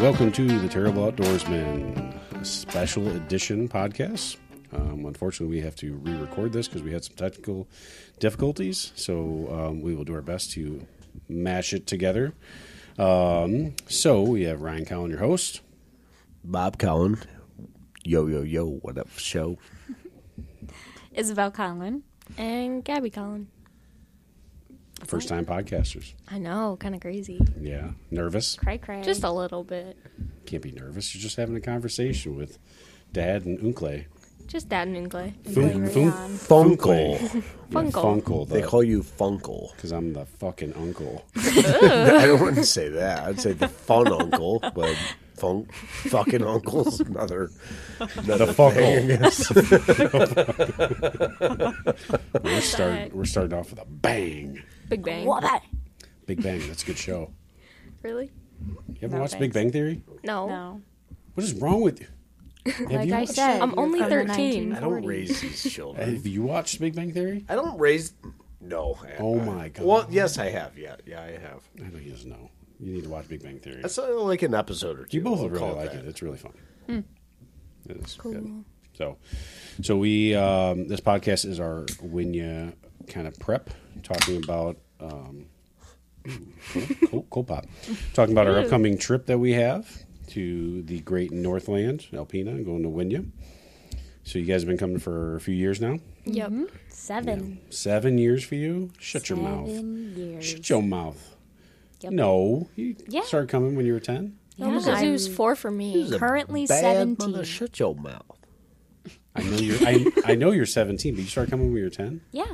Welcome to the Terrible Outdoorsman Special Edition podcast. Um, unfortunately, we have to re record this because we had some technical difficulties. So um, we will do our best to mash it together. Um, so we have Ryan Cowan, your host. Bob Cowan. Yo, yo, yo, what up, show? Isabel Collin. And Gabby Collin. First time podcasters. I know, kind of crazy. Yeah. Nervous? Cray cray. Just a little bit. Can't be nervous. You're just having a conversation with dad and Unkle. Just dad and Inglay. Fun- fun- um, Funkle. Yeah, Funkle. Funkle. They call you Funkle. because I'm the fucking uncle. I don't want to say that. I'd say the fun uncle, but funk fucking uncle's another. the funkle. we're start. We're starting off with a bang. Big Bang. Big Bang. That's a good show. Really? You haven't No, watched Big Bang thanks. Theory? No. No. What is wrong with you? Have Like you I watched said, it? I'm you're only from the 13. I don't 1940s. raise these children. Have you watched Big Bang Theory? I don't raise. No. Oh my God. Well, yes, I have. Yeah, yeah, I have. I know he doesn't know. You need to watch Big Bang Theory. I saw like an episode or two. You both We'll will really call like it. that. It's really fun. Hmm. It is Cool. good. So, so we um, this podcast is our Winya kind of prep, talking about um, cool, cool pop, talking about our upcoming trip that we have to the Great Northland, Alpena, going to Winya. So you guys have been coming for a few years now. Yep. Seven. Seven years for you. Shut your mouth. Seven years. Shut your mouth. Yep. No, you Yeah. started coming when you were ten. No, because it was four for This is me. a Currently bad 17. mother- Shut your mouth. I know you're. I, I know you're 17, but you started coming when you were 10. Yeah.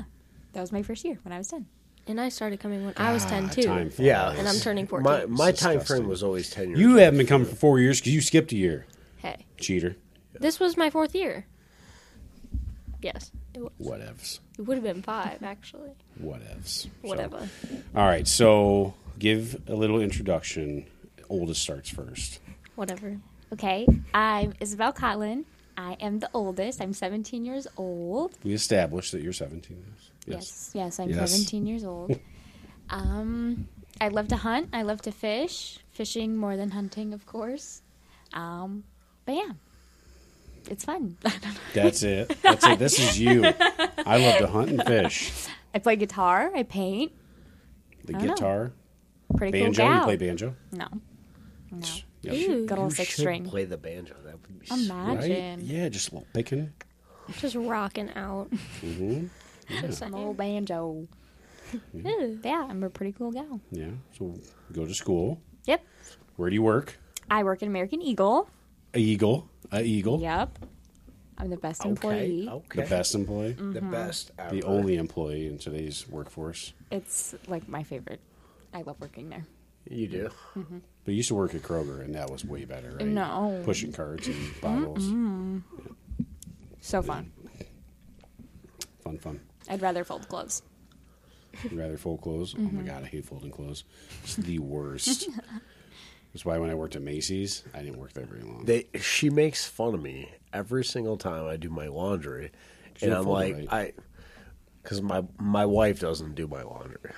That was my first year when I was 10. And I started coming when I was 10 too. Time flies. Yeah. And I'm turning 14. Uh, My my time disgusting. frame was always ten years. You haven't been coming for four years because you skipped a year, hey. cheater. This was my fourth year. Yes. It, was. Whatevs. it would have been five, actually. Whatevs. Whatever. So, all right. So give a little introduction. Oldest starts first. Whatever. Okay. I'm Isabel Collin. I am the oldest. I'm 17 years old. We established that you're 17. Yes. Yes, I'm Yes. 17 years old. um, I love to hunt. I love to fish. Fishing more than hunting, of course. Um, but yeah. It's fun. That's it. That's it. This is you. I love to hunt and fish. I play guitar. I paint. The don't know. guitar, Pretty banjo. cool gal. You play banjo? No. No. Yep. Ooh. Good old six should string. Play the banjo. That would be. sweet. Right? Imagine. Yeah, just a little picking. Just rocking out. hmm Just I'm saying. a little banjo. Ooh. Yeah, I'm a pretty cool gal. Yeah. So go to school. Yep. Where do you work? I work at American Eagle. A eagle. A eagle. Yep. I'm the best Okay. employee. Okay. Mm-hmm. The best employee. Mm. The best. Ever. The only employee in today's workforce. It's like my favorite. I love working there. You do. But you used to work at Kroger, and that was way better, right? No. Pushing carts and bottles. So fun. Fun, fun. I'd rather fold clothes. You'd rather fold clothes? Oh Mm-hmm. my God, I hate folding clothes. It's the worst. That's why when I worked at Macy's, I didn't work there very long. They. She makes fun of me every single time I do my laundry, and don't I'm fold it like, right. I, because my my wife doesn't do my laundry.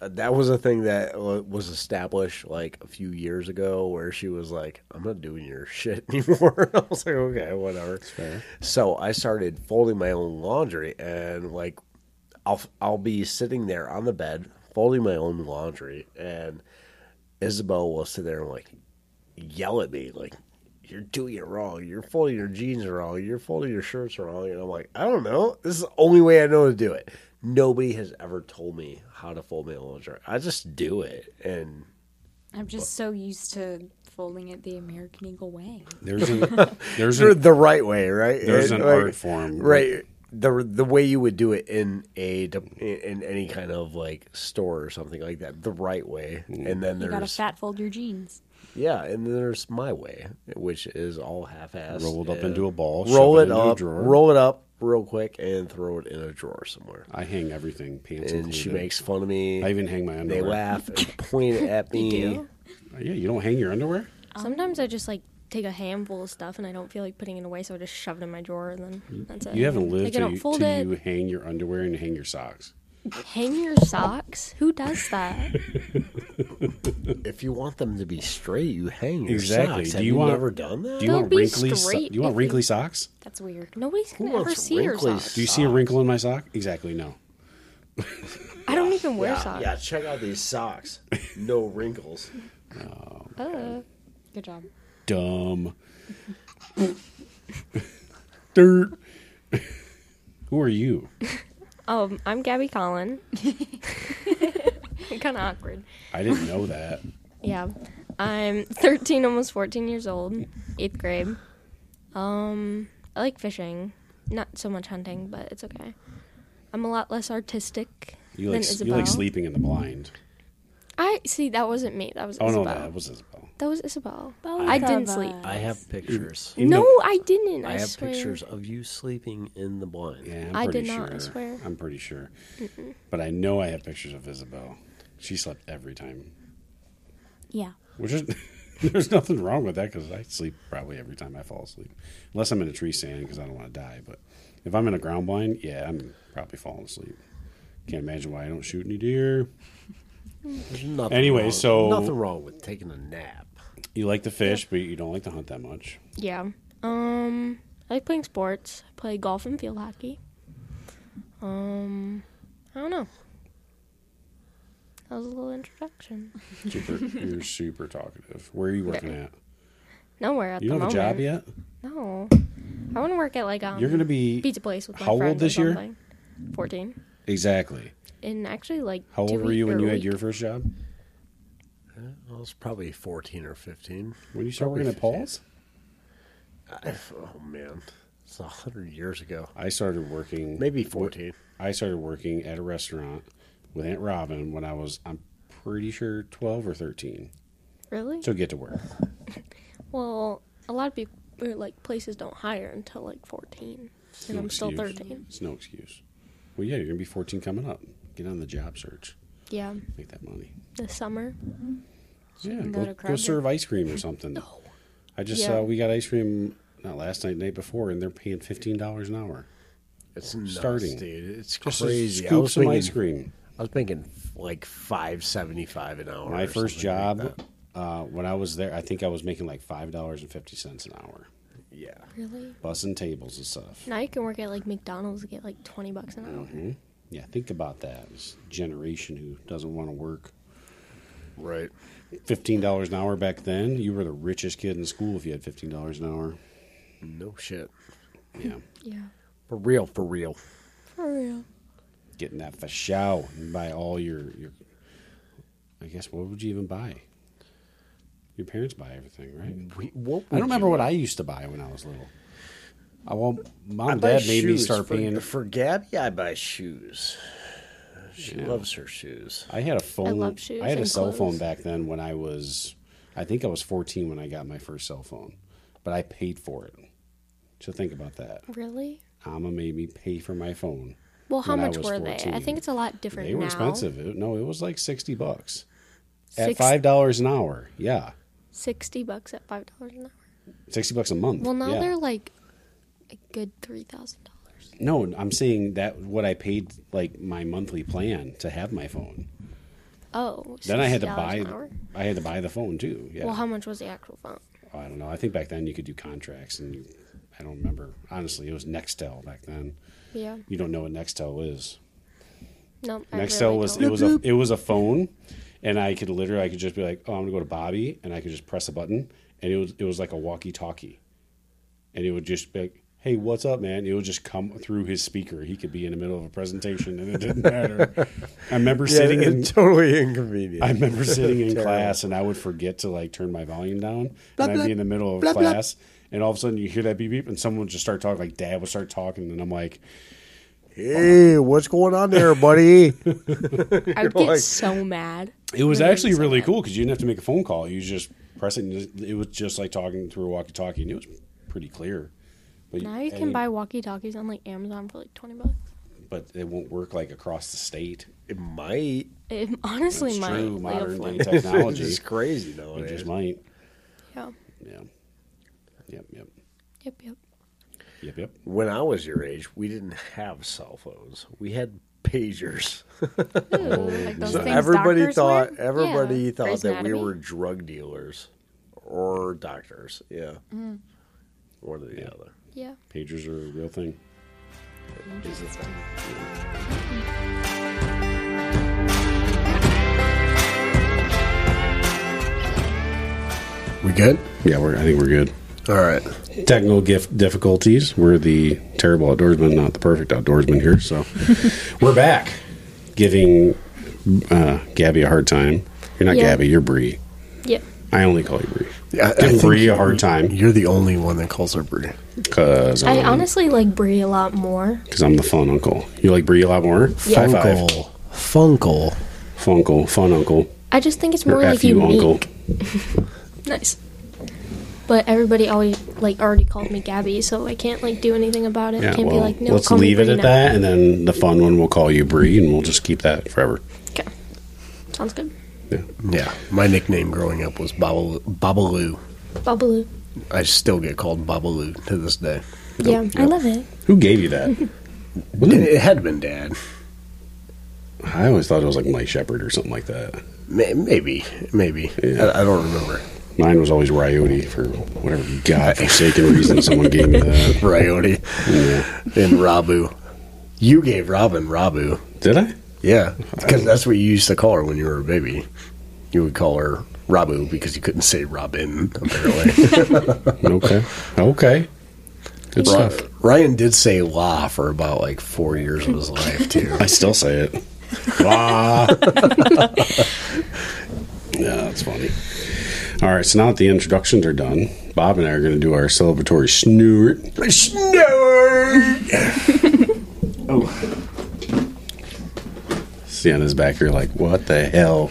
Uh, That was a thing that uh, was established like a few years ago, where she was like, "I'm not doing your shit anymore." I was like, "Okay, whatever." fair. So I started folding my own laundry, and like, I'll I'll be sitting there on the bed folding my own laundry, and Isabel will sit there and like yell at me like, "You're doing it wrong. You're folding your jeans wrong. You're folding your shirts wrong." And I'm like, "I don't know. This is the only way I know to do it. Nobody has ever told me how to fold my own laundry. I just do it, and I'm just so used to folding it the American Eagle way. There's an, there's Sure, an, the right way, right? There's And, an like, art form. right? The the way you would do it in a in any kind of like store or something like that, the right way, Mm-hmm. and then You gotta there's fat fold your jeans. yeah, and then there's my way, which is all half-assed, Rolled up into a ball, roll shove it, it into a up, drawer. roll it up real quick, and throw it in a drawer somewhere. I hang everything, pants And included. she makes fun of me. I even hang my they underwear. laugh and point at me. do? Yeah, you don't hang your underwear? Sometimes I just like take a handful of stuff and I don't feel like putting it away, so I just shove it in my drawer and then that's it. You haven't lived like, I till, don't you, fold till it. you hang your underwear and hang your socks. Hang your socks? Who does that? If if you want them to be straight, you hang your Exactly. socks. Do Have you want- ever done that? Do you They'll want be wrinkly? So- straight do you want if wrinkly you- socks? That's weird. Nobody's Who gonna ever wants see your wrinkly socks. Do you see a wrinkle in my sock? Exactly. No. I don't even wear yeah, socks. yeah, check out these socks. No wrinkles. Oh, good job. Dumb. Dirt. Who are you? Um, I'm Gabby Collin. kind of awkward. I didn't know that. Yeah, I'm 13, almost 14 years old, eighth grade. Um, I like fishing, not so much hunting, but it's okay. I'm a lot less artistic You like than Isabel. you like sleeping in the blind. I see. That wasn't me. That was Oh Isabel. no, that was Isabel. That was Isabel. Both I didn't of sleep. us. I have pictures. In no, the- I didn't. I, I have swear. pictures of you sleeping in the blind. Yeah, I'm I pretty did not, I sure. swear. I'm pretty sure. But I know I have pictures of Isabel. She slept every time. Yeah. Which is there's nothing wrong with that because I sleep probably every time I fall asleep, unless I'm in a tree stand because I don't want to die. But if I'm in a ground blind, yeah, I'm probably falling asleep. Can't imagine why I don't shoot any deer. There's nothing Anyway, wrong- so- nothing wrong with taking a nap. You like to fish, but you don't like to hunt that much. Yeah. Um, I like playing sports. I play golf and field hockey. Um, I don't know. That was a little introduction. Super, you're super talkative. Where are you working at? Nowhere at You the don't have moment. a job yet. No. I want to work at like um You're gonna be pizza place with my how old friends or this year? something. Fourteen. exactly. And actually, like How two old were week- you when or you a had week. your first job? I was probably 14 or 15. When you start Probably working at 15. Paul's? I, oh, man. It's 100 years ago. I started working. Maybe 14. I started working at a restaurant with Aunt Robin when I was, I'm pretty sure, 12 or 13. really? So get to work. well, a lot of people or, like places don't hire until like fourteen, and I'm still excuse. thirteen. It's no excuse. Well, yeah, you're going to be 14 coming up. Get on the job search. Yeah, Make that money. this summer. Yeah, can go go, to go Kroger. serve ice cream or something. I just Yeah. saw we got ice cream not last night, night before, and they're paying $15 an hour. It's nuts, Starting. dude. It's Just to crazy. I Scoop was some thinking, ice cream. I was thinking like 5.75 an hour. My or first Oh, something like job, that. uh, when I was there, I think I was making like $5.50 an hour. yeah. Really? Bussing tables and stuff. Now you can work at like McDonald's and get like twenty bucks an hour. Mm-hmm. Yeah, think about that. This generation who doesn't want to work. Right. Fifteen dollars an hour back then, you were the richest kid in school if you had fifteen dollars an hour. No shit. Yeah. Yeah, For real, for real. for real. Getting that for show and buy all your, your I guess what would you even buy? Your parents buy everything, right? We, I what would don't remember you- what I used to buy when I was little. I well mom I and buy dad made me shoes start for, paying For Gabby, I buy shoes. She loves her shoes. I had a phone. I, love shoes had a and cell phone clothes. back then when I was, I think I was 14 when I got my first cell phone, but I paid for it. So think about that. Really? Mama made me pay for my phone. Well, how when I much was were they? I 14. think it's a lot different They were now. expensive. It- no, it was like 60 bucks at Six- five dollars an hour. Yeah, Sixty bucks at five dollars an hour. 60 bucks a month. Well, now yeah. they're like a good three thousand dollars. no. I'm saying that what I paid like my monthly plan to have my phone. Oh, Then I had to $60 buy. An hour? I had to buy the phone too. Yeah. Well, how much was the actual phone? I don't know. I think back then you could do contracts, and you, I don't remember honestly. It was Nextel back then. Yeah. You don't know what Nextel is. No. I Nextel really was don't. it was a it was a phone, and I could literally I could just be like, oh, I'm gonna go to Bobby, and I could just press a button, and it was it was like a walkie-talkie, and it would just be like, hey, what's up, man? It would just come through his speaker. He could be in the middle of a presentation, and it didn't matter. I remember sitting in. totally inconvenient. I remember sitting in class and I would forget to like turn my volume down. and I'd be in the middle of class and all of a sudden you hear that beep beep and someone would just start talking, like dad would start talking and I'm like, Hey, what's going on there, buddy? I would get like- so mad. it was Really actually really sad. cool because you didn't have to make a phone call. You just press it and just- it was just like talking through a walkie talkie and it was pretty clear. But Now you and can buy walkie talkies on like Amazon for like twenty bucks. but it won't work like across the state. it might. It honestly It's might. true, like, modern afford- day It's technology. just crazy it nowadays. just might. Yeah. Yeah. Yep, yep. Yep. Yep. Yep, yep. When I was your age, we didn't have cell phones. We had pagers. like those So things everybody doctors thought wear? everybody Yeah. thought Grey's that we Anatomy. were drug dealers or doctors. Yeah. One or the other. Yeah. Pagers are a real thing. We good? Yeah, we're, I think we're good. All right. Technical gift difficulties. We're the terrible outdoorsman, not the perfect outdoorsman here. So we're back, giving uh, Gabby a hard time. You're not Yeah. Gabby. You're Bree. Yeah. I only call you Bree. Yeah, I- I Give think Bree a hard time You're the only one that calls her Brie. because I I'm, honestly like Brie a lot more. 'cause I'm the fun uncle. You like Bree a lot more. Yeah. High five. Funkle. Funkle. Funkle, fun uncle, I just think it's or more like fu unique. uncle. Nice. But everybody always like already called me Gabby, so I can't like do anything about it. I Yeah, can't well, be like, no, let's call me leave it Brie at now. that, and then the fun one we'll call you Bree, and we'll just keep that forever. Okay. Sounds good. Yeah. Yeah. My nickname growing up was Bobble- Bobaloo. Babaloo. I still get called Bobaloo to this day. Yeah, I love it. Who gave you that? It, it had been Dad. I always thought it was like Mike Shepard or something like that. May- Maybe. Maybe. I, I don't remember. Mine was always Ryoti for whatever godforsaken reason someone gave me that. Coyote Yeah. and Rabu. You gave Robin Rabu. Did I? Yeah, because that's what you used to call her when you were a baby. You would call her Rabu because you couldn't say Robin, apparently. Okay. Okay. Good Ra- stuff. Ryan did say La for about like four years of his life, too. I still say it. Ah. yeah, that's funny. All right, so now that the introductions are done, Bob and I are going to do our celebratory snort. Snort! Sienna's back here like, what the hell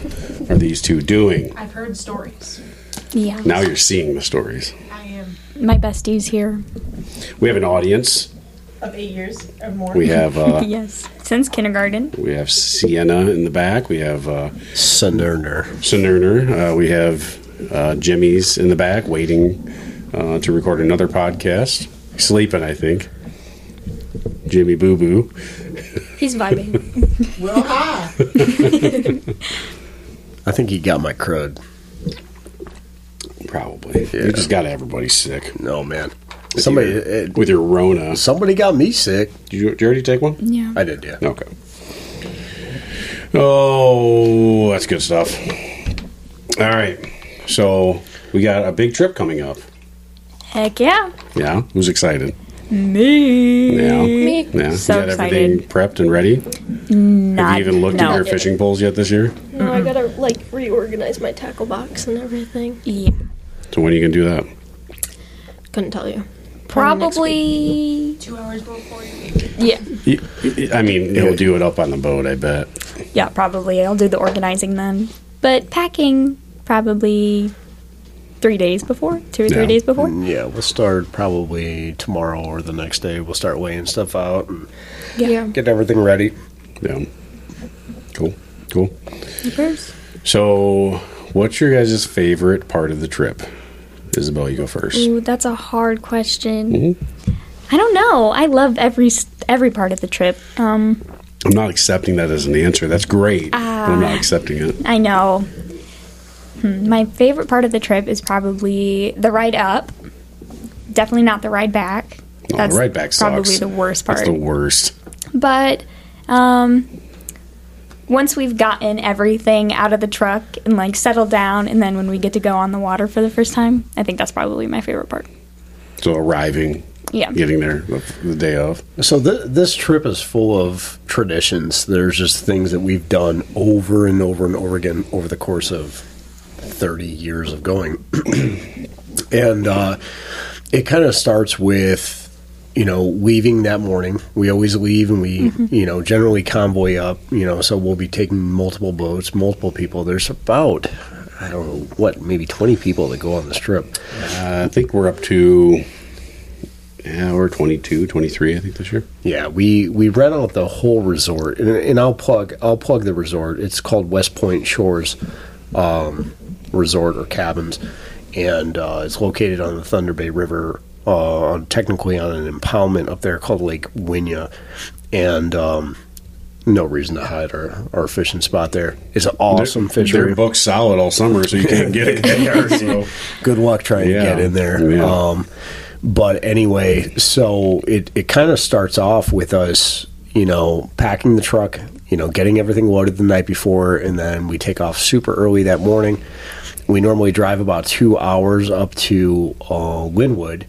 are these two doing? I've heard stories. Yeah. Now you're seeing the stories. I am My besties here. We have an audience. of eight years or more. We have uh, Yes. Since kindergarten. we have Sienna in the back. We have uh, Sunerner. Sunurner. Uh, we have uh, Jimmy's in the back waiting uh, to record another podcast. Sleeping, I think. Jimmy Boo Boo. He's vibing. Well, hi. I think he got my crud. Probably. Yeah. You just got everybody sick. No, man. Somebody uh, With your, it, with your Rona. somebody got me sick. Did you, did you already take one? Yeah. I did, yeah. Okay. Oh, that's good stuff. All right. So we got a big trip coming up. Heck yeah. Yeah. Who's excited? Me. Yeah. Me. Yeah. So you got everything prepped and ready? Have Not, you even looked no. at your fishing poles yet this year? No, I gotta like reorganize my tackle box and everything. Yeah. So when are you going to do that? Couldn't tell you. Probably. Two hours before you. Yeah. Y- y- I mean, you'll do it up on the boat, I bet. Yeah, probably. I'll do the organizing then. But packing probably three days before, two or three Yeah. days before. Yeah, we'll start probably tomorrow or the next day. We'll start weighing stuff out and Yeah. get everything ready. Yeah. Cool. Cool. Mm. So, what's your guys' favorite part of the trip? Isabel, you go first. Ooh, that's a hard question. I don't know. I love every s- every part of the trip. Um, I'm not accepting that as an answer. That's great, but I'm not accepting it. I know. Hmm, my favorite part of the trip is probably the ride up. Definitely not the ride back. No, That's Oh, the ride back sucks. probably the worst part. That's the worst. but um, once we've gotten everything out of the truck and like settled down, and then when we get to go on the water for the first time, I think that's probably my favorite part. So arriving, Yeah. getting there the, the day of. So th- this trip is full of traditions. There's just things that we've done over and over and over again over the course of 30 years of going. and uh, it kind of starts with, you know, leaving that morning. We always leave and we, you know, generally convoy up, you know, so we'll be taking multiple boats, multiple people. There's about, I don't know, what, maybe 20 people that go on this trip. Uh, I think we're up to yeah, we're 22, 23, I think this year. Yeah, we we rent out the whole resort, and, and I'll plug I'll plug the resort. It's called West Point Shores um, Resort or Cabins, and uh, it's located on the Thunder Bay River, uh, on- technically on an impoundment up there called Lake Winya, and um, no reason to hide our, our fishing spot there. It's an awesome fishery. They're booked solid all summer, so you can't get it there. So Good luck trying Yeah. to get in there. Yeah. Um, but anyway, so it, it kind of starts off with us, you know, packing the truck, you know, getting everything loaded the night before, and then we take off super early that morning. We normally drive about two hours up to uh, Linwood,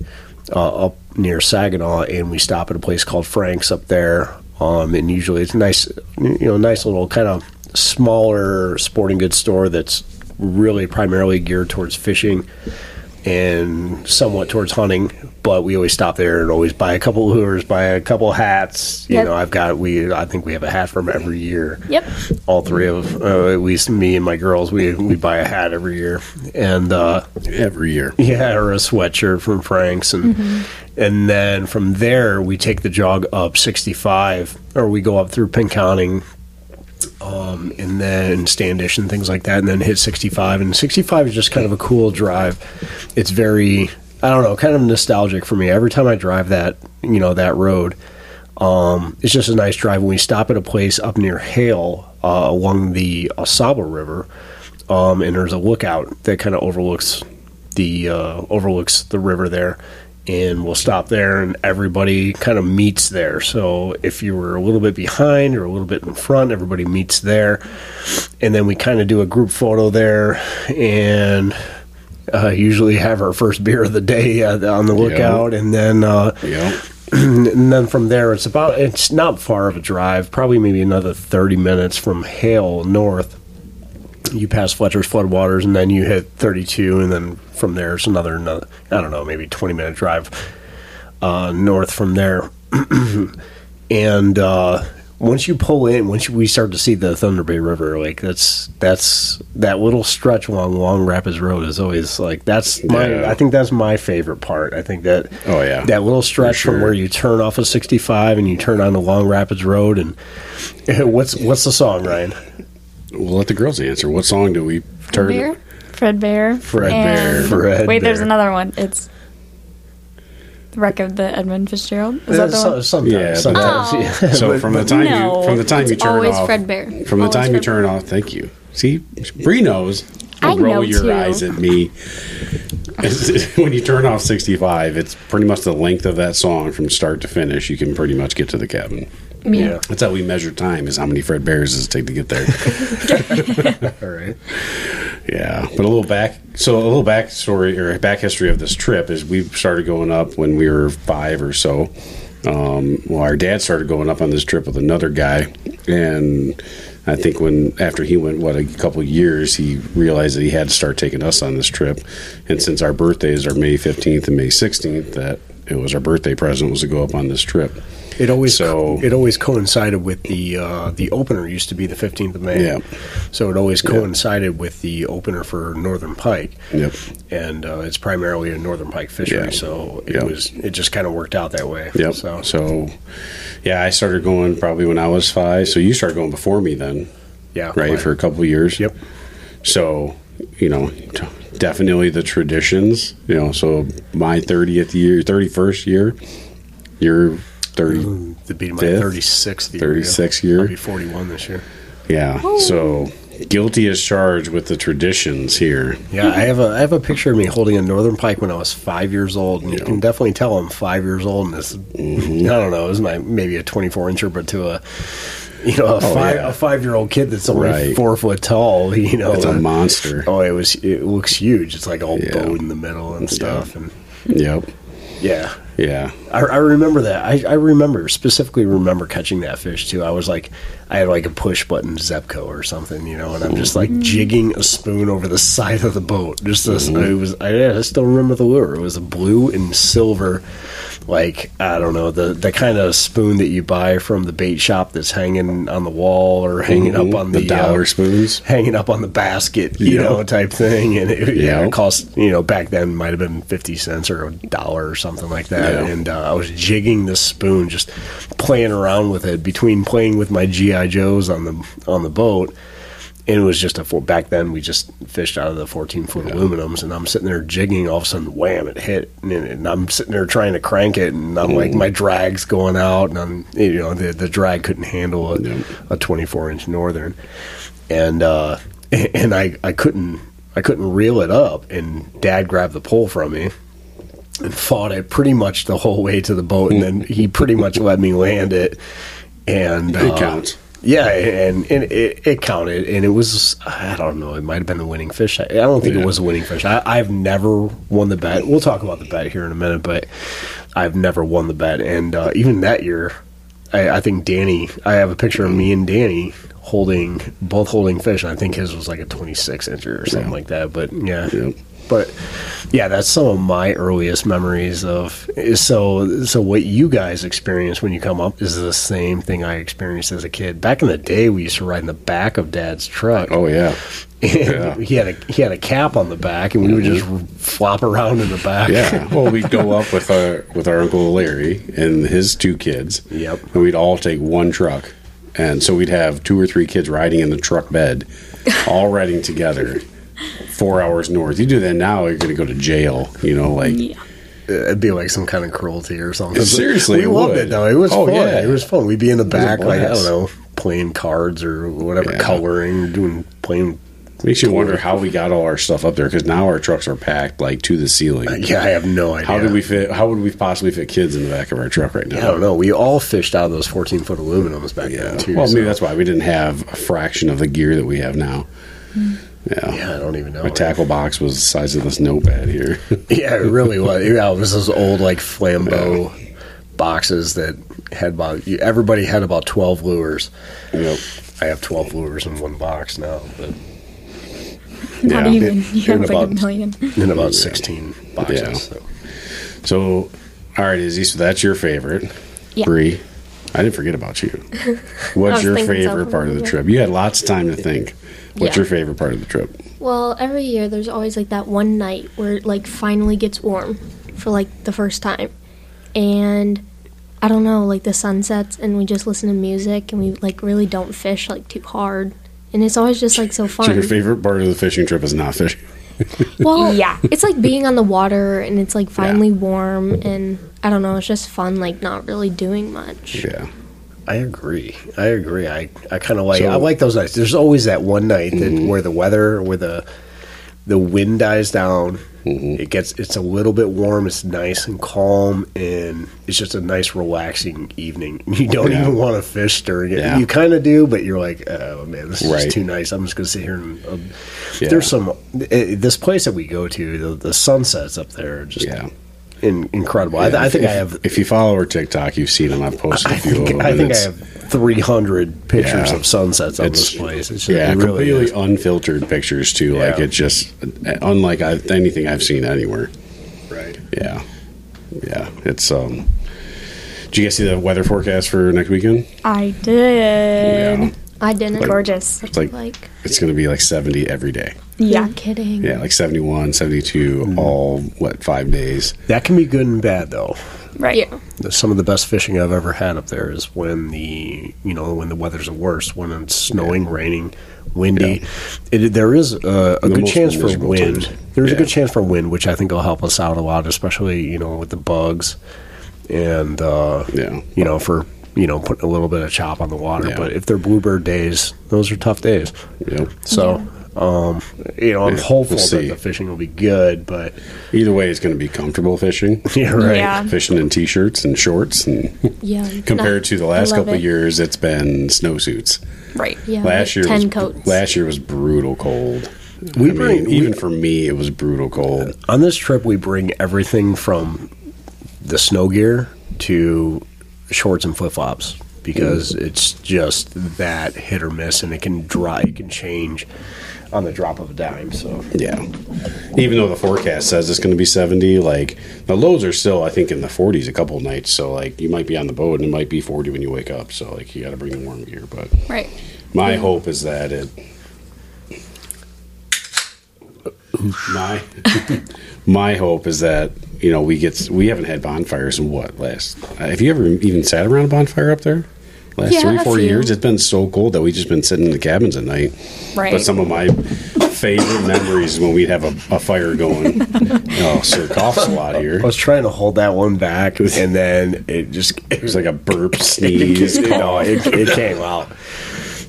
uh, up near Saginaw, and we stop at a place called Frank's up there. Um, and usually it's a nice, you know, nice little kind of smaller sporting goods store that's really primarily geared towards fishing and somewhat towards hunting, but we always stop there and always buy a couple of lures, buy a couple of hats. You Yep. know, I've got we I think we have a hat from every year. Yep. All three of uh, at least me and my girls, we we buy a hat every year. And uh every year, yeah, or a sweatshirt from Frank's, and Mm-hmm. and then from there we take the jog up 65, or we go up through Pinconning, um, and then Standish and things like that, and then hit 65. And 65 is just kind of a cool drive. It's very, I don't know, kind of nostalgic for me. Every time I drive that, you know, that road, um, it's just a nice drive. When we stop at a place up near Hale uh, along the Osaba River, um, and there's a lookout that kind of overlooks the uh, overlooks the river there, and we'll stop there, and everybody kind of meets there. So if you were a little bit behind or a little bit in front, everybody meets there, and then we kind of do a group photo there, and. Uh, usually have our first beer of the day uh, on the lookout, and then uh, yeah, and then from there it's about it's not far of a drive probably maybe another 30 minutes from hale north you pass fletcher's floodwaters and then you hit 32 and then from there it's another, another i don't know maybe 20 minute drive uh, north from there and uh, once you pull in, once we start to see the Thunder Bay River, like that's that's that little stretch along Long Rapids Road is always like that's my Yeah. I think that's my favorite part. I think that Oh, yeah. that little stretch sure. from where you turn off of 65 and you turn onto Long Rapids Road and what's what's the song Ryan? we'll let the girls answer. What song do we turn? Beer? Fred Bear. Fred and- Bear. Fred Wait, there's Bear. another one. It's the wreck of the Edmund Fitzgerald. Is that the So- one? sometimes, Yeah, but- sometimes, Oh. yeah. So from the time no, you from the time you turn always off Fred Bear. from the Always time you Fred turn off. Thank you. See, Bree knows. I Don't roll know, your too. eyes at me. when you turn off 65, it's pretty much the length of that song from start to finish. You can pretty much get to the cabin. yeah. That's how we measure time: is how many Fred Bears does it take to get there. All right. Yeah, but a little back. So a little back story or back history of this trip is we started going up when we were five or so. Um, well, our dad started going up on this trip with another guy, and I think when after he went what a couple of years, he realized that he had to start taking us on this trip. And since our birthdays are May fifteenth and May sixteenth, that it was our birthday present was to go up on this trip. It always So- it always coincided with the uh, the opener used to be the fifteenth of May. Yeah. So it always coincided with the opener for Northern Pike. Yep. And uh, it's primarily a Northern Pike fishery, Yeah. so it Yeah. was it just kind of worked out that way. Yep. So, So. yeah, I started going probably when I was five. So you started going before me then, yeah, right? For a couple of years. Yep. So, you know, t- definitely the traditions, you know, so my 30th year, 31st year, your 30, It'd be my Fifth? thirty sixth year. 36th yeah. year. I'll be forty one this year. yeah. So guilty as charged with the traditions here. Yeah, I have a I have a picture of me holding a northern pike when I was five years old, and you can definitely tell I'm five years old. And this, Mm-hmm. I don't know, it was my maybe a 24 incher, but to a you know a five Oh, yeah. a five year old kid that's only Right. four foot tall, you know, It's a monster. oh, it was it looks huge. It's like all Yeah. bowed in the middle and stuff, and Yep. yeah, Yeah. I, I remember that. I, I remember specifically remember catching that fish too. I was like, I had like a push button Zepco or something, you know, and I'm just Mm-hmm. like jigging a spoon over the side of the boat. Just this, Mm-hmm. it was. I, I still remember the lure. It was a blue and silver, like I don't know the the kind of spoon that you buy from the bait shop that's hanging on the wall or hanging Mhm. up on The the, uh, dollar spoons. hanging up on the basket, you Yeah. know, type thing. And it, yeah, Yeah. it cost you know back then might have been fifty cents or a dollar or something like that. Yeah. And uh, I was jigging this spoon, just playing around with it between playing with my GI Joes on the on the boat. And it was just a four, back then we just fished out of the 14 foot aluminums, and I'm sitting there jigging. All of a sudden, wham! It hit, and, and I'm sitting there trying to crank it, and I'm like my drag's going out, and I'm you know the the drag couldn't handle a, a 24 inch northern, and uh, and I I couldn't I couldn't reel it up, and Dad grabbed the pole from me, and fought it pretty much the whole way to the boat, and then he pretty much let me land it. And It uh, counts. yeah, and, and it, it counted, and it was I don't know, it might have been a winning fish. I, I don't think Yeah. it was a winning fish. I, I've never won the bet. We'll talk about the bet here in a minute, but I've never won the bet, and uh, even that year, I, I think Danny. I have a picture of me and Danny holding both holding fish, and I think his was like a twenty six incher or something like that. But yeah, Yep. but yeah, that's some of my earliest memories of. So, so what you guys experience when you come up is the same thing I experienced as a kid. Back in the day, we used to ride in the back of Dad's truck. Oh yeah, And yeah. Mm-hmm. he had a he had a cap on the back, and we would just flop around in the back. yeah. well, we'd go up with our with our uncle Larry and his two kids. Yep. And we'd all take one truck, and so we'd have two or three kids riding in the truck bed, all riding together. Four hours north. You do that now, you're going to go to jail. You know, like It'd be like some kind of cruelty or something. Seriously, we it loved would. it though. It was Oh, fun. yeah. It was fun. We'd be in the a back, like I don't blast. know, playing cards or whatever, Yeah. coloring, doing playing. makes you wonder how we got all our stuff up there because now our trucks are packed like to the ceiling. Yeah, I have no idea. How did we fit? How would we possibly fit kids in the back of our truck right now? I don't know. We all fished out of those 14 foot aluminums back Yeah. then, too. well, maybe so- that's why we didn't have a fraction of the gear that we have now. Mm. Yeah. Yeah, I don't even know. My tackle box was the size of this notepad here. Yeah, it really was. Yeah, it was those old, like, flambeau boxes that had about, you- everybody had about 12 lures. yep. I have 12 lures in one box now, but Yeah. Not even. You in have like a about- million. in about 16 boxes. Yeah. So. So, all right, Izzy. So that's your favorite. Yeah. Bree, I didn't forget about you. What's was your thinking favorite something part of the like trip? You had lots of time to think. What's Yeah. your favorite part of the trip? Well, every year there's always like that one night where it like finally gets warm for like the first time. And I don't know, like the sun sets and we just listen to music and we like really don't fish like too hard. And it's always just like so So your fun. favorite part of the fishing trip is not fishing. Well, Yeah. It's like being on the water and it's like finally warm and I don't know, it's just fun like not really doing much. Yeah. I agree. I agree. I, I kind of like So- Mm-hmm. I like those nights. There's always that one night that where the weather where the the wind dies down. Mm-hmm. It gets it's a little bit warm. It's nice and calm, and it's just a nice relaxing evening. You don't Yeah. even want to fish during it. Yeah. You kind of do, but you're like, oh man, this is Right. just too nice. I'm just gonna sit here and. Um, Yeah. There's some uh, this place that we go to the, the sunsets up there are just Yeah. in, incredible. I, th- I If- think if, I have If you follow her TikTok, you've seen them. I've posted a I few of think, them. I and think I it's- have 300 pictures Yeah. of sunsets on It's- this place. It's yeah, it really completely is. unfiltered pictures too. Like Yeah. it's just unlike I, anything I've seen anywhere. right. Yeah, yeah. It's um. Did you guys see the weather forecast for next weekend? I did. Yeah, I didn't Gorgeous. it's like like it's going to be like seventy every day. Yeah. you're kidding. Yeah, like 71, 72, Mm-hmm. all what five days. That can be good and bad though. Right. Yeah. Some of the best fishing I've ever had up there is when the you know when the weather's the worst, when it's snowing, raining, windy. It, there is a, a The good most chance for miserable wind. times. There's Yeah. a good chance for wind, which I think will help us out a lot, especially you know with the bugs and uh, Yeah. you know for you know putting a little bit of chop on the water. Yeah. But if they're bluebird days, those are tough days. Yep. So, um, you know, I'm Yeah, hopeful we'll see. that the fishing will be good, but Either way, it's going to be comfortable fishing. yeah, right. Yeah. Fishing in t-shirts and shorts, and Yeah. compared Not- to the I last love couple it. years, it's been snowsuits. Right. Yeah, last year ten was, coats. Last year was brutal cold. We I bring- mean, we- even for me, it was brutal cold. On this trip, we bring everything from the snow gear to shorts and flip flops because it's just that hit or miss, and it can dry, it can change on the drop of a dime. So, Yeah, even though the forecast says it's going to be seventy, like the lows are still, I think, in the forties a couple nights. So like you might be on the boat and it might be forty when you wake up. So like you got to bring the warm gear. But Right. my hope is that it. My my hope is that you know we get we haven't had bonfires in what last. Have you ever even sat around a bonfire up there? last Yeah, three, a four few. years. It's been so cold that we just been sitting in the cabins at night. Right. But some of my favorite memories when we'd have a, a fire going. oh, Sir Cough's a lot here. I was trying to hold that one back, and then it just It was like a burp, sneeze, you know, cough. it, it came out.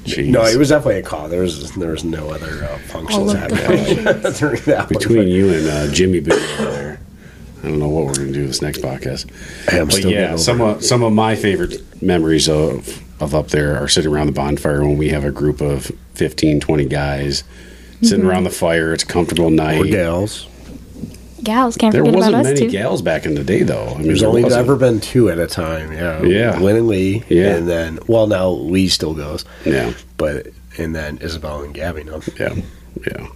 Jeez. No, it was definitely a call. There was there was no other uh, functions All of the happening during that one. between you and uh, Jimmy Boo over there. I don't know what we're going to do this next podcast. Hey, I'm But still getting yeah, over some it. of, some of my favorite memories of, of up there are sitting around the bonfire when we have a group of 15, 20 guys sitting Mm-hmm. around the fire. It's a comfortable night. Or gals. Gals can't There forget wasn't about us many too. gals back in the day, though. I mean, There's there only wasn't. ever been two at a time. Yeah. Yeah. Lynn and Lee. Yeah. And then, well, now Lee still goes. Yeah. But, and then Isabel and Gabby now. Yeah, yeah.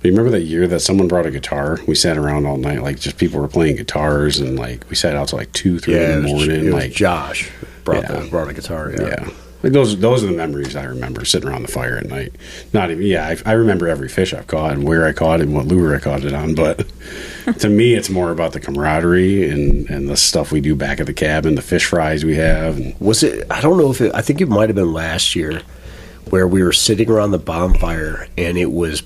But you remember that year that someone brought a guitar? We sat around all night, like just people were playing guitars, and like we sat out till like two, three in Yeah. It the was, morning. it was like Josh brought, Yeah. the, brought a guitar. Yeah. Yeah. Like those those are the memories I remember sitting around the fire at night. Not even yeah, I, I remember every fish I've caught and where I caught it and what lure I caught it on, but to me it's more about the camaraderie and and the stuff we do back at the cabin, the fish fries we have and Was it, I don't know if it, I think it might have been last year where we were sitting around the bonfire and it was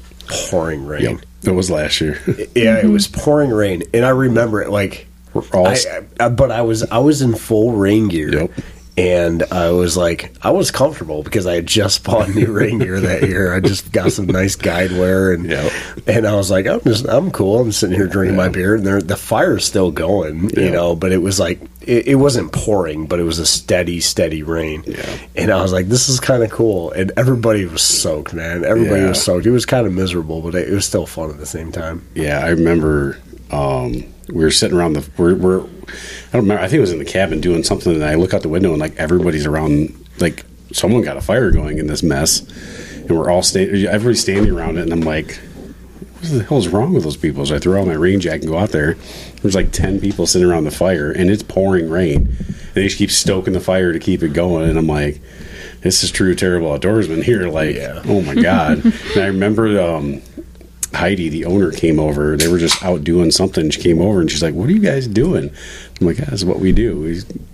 pouring rain. yep, it was last year. Yeah, it was pouring rain, and I remember it like. We're all- I, I, but I was I was in full rain gear, Yep. and I was like I was comfortable because I had just bought new rain gear that year. I just got some nice guide wear, and Yep. and I was like I'm just I'm cool. I'm sitting here drinking my beer, and there, the fire's still going, you Yep. know. But it was like it, it wasn't pouring, but it was a steady, steady rain. Yeah. And I was like, this is kind of cool, and everybody was soaked, man. Everybody Yeah. was soaked. It was kind of miserable, but it, it was still fun at the same time. yeah, I remember um, we were sitting around the we're, we're I don't remember. I think it was in the cabin doing something, and I look out the window and like everybody's around. Like someone got a fire going in this mess, and we're all standing. Everybody's standing around it, and I'm like, "What the hell's wrong with those people?" So I throw out my rain jacket and go out there. There's like ten people sitting around the fire, and it's pouring rain. And they just keep stoking the fire to keep it going, and I'm like. This is true, terrible outdoorsman here. Like, oh my god! and I remember um, Heidi, the owner, came over. They were just out doing something. She came over and she's like, "What are you guys doing?" I'm like, "That's what we do.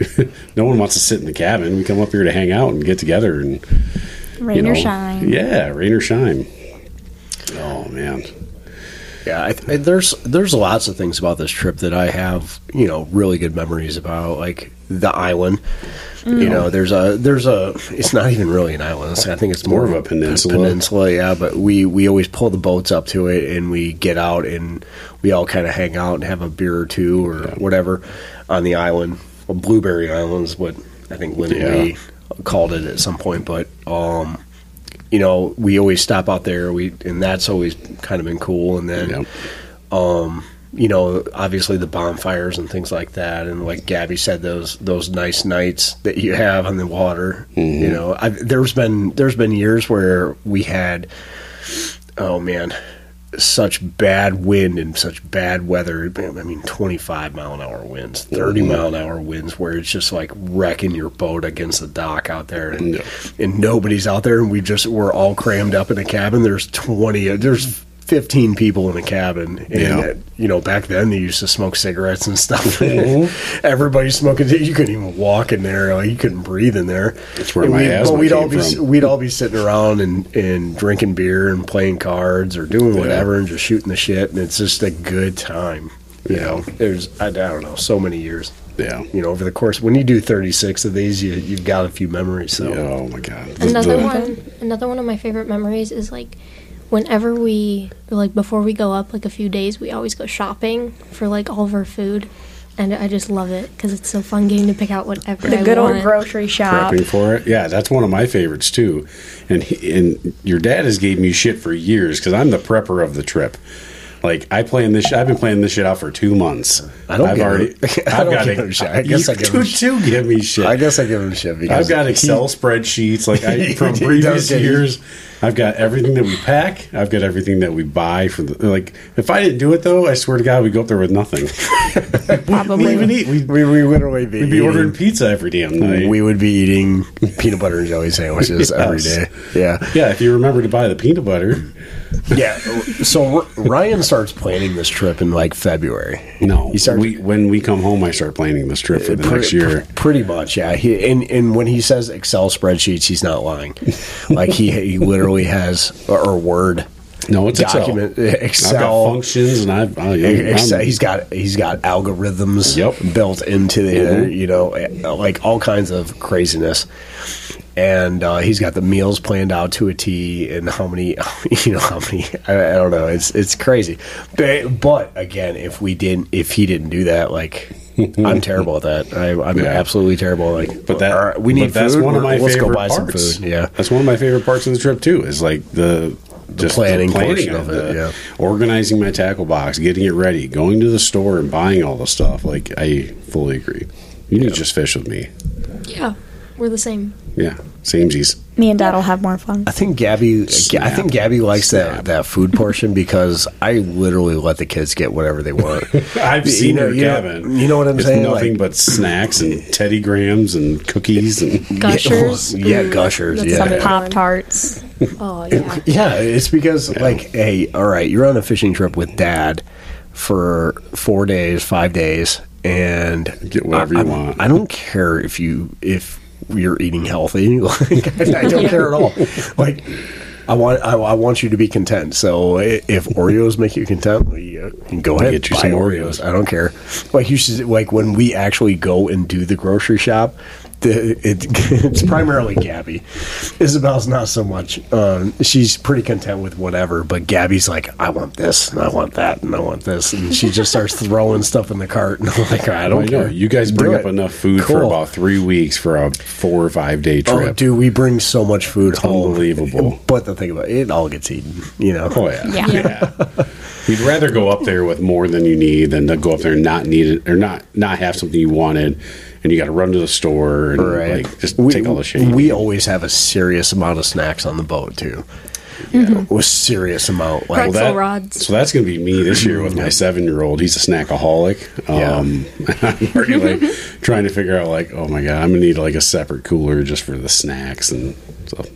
We, no one wants to sit in the cabin. We come up here to hang out and get together and Rain you know, or shine. Yeah, rain or shine. Oh man, Yeah, I th- there's there's lots of things about this trip that I have you know really good memories about, like the island. You know, there's a there's a it's not even really an island. It's, I think it's more, More of a peninsula. Peninsula, yeah. But we we always pull the boats up to it and we get out and we all kind of hang out and have a beer or two or whatever on the island. Well, Blueberry Island is what I think Lynn Yeah. and Lee called it at some point, but um you know, we always stop out there. We and that's always kind of been cool. And then, Yep. um, you know, obviously the bonfires and things like that. And like Gabby said, those those nice nights that you have on the water. You know, I've, there's been there's been years where we had, oh man, such bad wind and such bad weather. I mean, 25 mile an hour winds, 30 Mm-hmm. mile an hour winds, where it's just like wrecking your boat against the dock out there, and, Yeah. and nobody's out there, and we just we're all crammed up in a cabin. There's 20, there's 15 people in a cabin, and Yeah. uh, you know back then they used to smoke cigarettes and stuff. Mm-hmm. Everybody's smoking. You couldn't even walk in there. Like, you couldn't breathe in there. That's where And my we- asthma But we'd all came be from. we'd all be sitting around and, and drinking beer and playing cards or doing whatever and just shooting the shit and it's just a good time you Yeah. know there's I, I don't know so many years yeah, you know over the course when you do 36 of these you, you've got a few memories so Yeah, oh my god. The- Another the- one, another one of my favorite memories is like whenever we like before we go up like a few days, we always go shopping for like all of our food, and I just love it because it's so fun getting to pick out whatever The I good want. old grocery shop. prepping for it. Yeah, that's one of my favorites too. And he, and your dad has gave me shit for years because I'm the prepper of the trip. Like I playing this, I've been playing this shit out for two months. I don't I've give already. him- I have don't got give it. him shit. I guess you I give him do shit. too give me shit. i guess i give him shit because I've got Excel spreadsheets like I, from He previous does get- years. I've got everything that we pack. I've got everything that we buy for the like. If I didn't do it though, I swear to God, we'd go up there with nothing. we Probably. wouldn't even eat. We'd, we, we would always be, we'd be eating- ordering pizza every damn night. we would be eating peanut butter and jelly sandwiches every Yes. day yeah yeah, if you remember to buy the peanut butter, Yeah. So R- Ryan starts planning this trip in like February. No, He started- we, when we come home, I start planning this trip for the Pre- next year. pre- Pretty much, yeah. He and, and when he says Excel spreadsheets, he's not lying. like he he literally has or, or Word No, it's document Excel. I've got Excel. functions, and I've I, Excel, I'm- he's got he's got algorithms Yep. built into the Mhm. you know eh, like all kinds of craziness, and uh, he's got the meals planned out to a T and how many you know how many I, I don't know it's it's crazy, but, but again if we didn't if he didn't do that like I'm terrible at that I, I'm Yeah. absolutely terrible like But that all right, we need but that's food. one of my let's favorite go buy parts. some food yeah that's one of my favorite parts of the trip too. Is like the just planning portion of it, yeah. organizing my tackle box, getting it ready, going to the store and buying all the stuff. Like I fully agree. You need to just fish with me. Yeah, we're the same. Yeah, samesies. Me and Dad will have more fun. I think Gabby. I Snap. think Gabby likes that, Snap. that food portion because I literally let the kids get whatever they want. I've You seen know- your you know- cabin. you know what I'm It's saying? Nothing Like- but snacks and Teddy Grahams and cookies and Gushers. yeah, gushers. That's Yeah, something. Some Pop Tarts. Oh yeah. yeah. It's because like, hey, all right, you're on a fishing trip with Dad for four days, five days, and Get whatever I, you I'm- want. I don't care if you if you're eating healthy. Like, I don't care at all. Like. I want I, I want you to be content. So i- if Oreos make you content, we, uh, go ahead Get you buy some Oreos. I don't care. Like you should like when we actually go and do the grocery shop. The, it, it's primarily Gabby. Isabel's not so much. Um, she's pretty content with whatever, but Gabby's like, I want this and I want that and I want this, and she just starts throwing stuff in the cart. And I'm like, I don't I know care. you guys Do bring up it. enough food for Cool. about three weeks for a four or five day trip. Oh, dude, we bring so much food home. Unbelievable. But the thing about it, it all gets eaten. You know. Oh yeah. Yeah. You'd rather go up there with more than you need than to go up there and not need it or not not have something you wanted, and you got to run to the store and Right. like just take all the shit. you We need. always have a serious amount of snacks on the boat too. Mm-hmm. A serious amount. Like, Pretzel that- rods. So that's going to be me this year with my seven year old. He's a snackaholic. Um, I'm already like trying to figure out like, oh my god, I'm going to need like a separate cooler just for the snacks and stuff.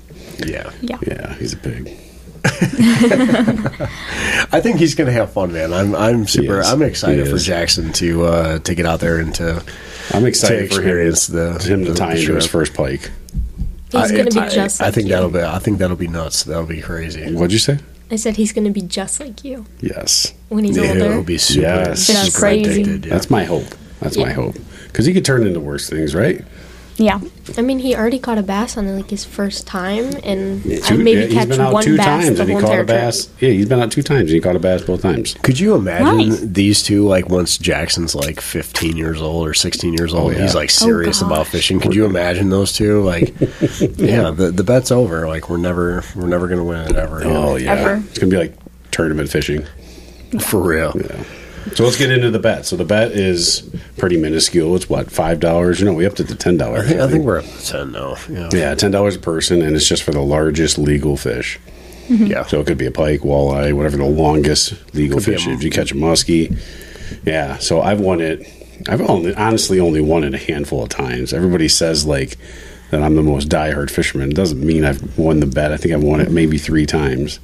yeah. Yeah. Yeah, he's a pig. I think he's gonna have fun, man. I'm I'm super. is. I'm He excited for is. Jackson to uh, to get out there and to I'm to excited for him, experience the him to the tie into trip. his first pike. He's I- gonna be I- just. I like think you. that'll be. I think that'll be nuts. That'll be crazy. What'd you say? I said he's gonna be just like you Yes. when he's older. It'll be super. Yes. super That's crazy. addicted, yeah. That's my hope. That's my hope. Because he could turn into worse things, right? Yeah. I mean, he already caught a bass on like his first time, and I Two- yeah, Uh, maybe he's catch been out one two bass times the and he whole caught entire a bass. Yeah, he's been out two times and he caught a bass both times. Could you imagine Nice. these two like once Jackson's like 15 years old or 16 years Oh, old, yeah. he's like serious about fishing. Could you imagine those two? Like, yeah, the, the bet's over. Like we're never we're never gonna win it ever. again. Oh yeah, Ever. it's gonna be like tournament fishing. Oh, for real. So let's get into the bet. So the bet is pretty minuscule. It's what five dollars? No, we upped it to ten dollars. I think we're up to 10 now. Yeah, yeah, ten dollars a person, and it's just for the largest legal fish. yeah. So it could be a pike, walleye, whatever the longest legal be a fish. is. If you catch a muskie, yeah. So I've won it. I've only, honestly only won it a handful of times. Everybody says like that I'm the most diehard fisherman. It doesn't mean I've won the bet. I think I've won it maybe three times,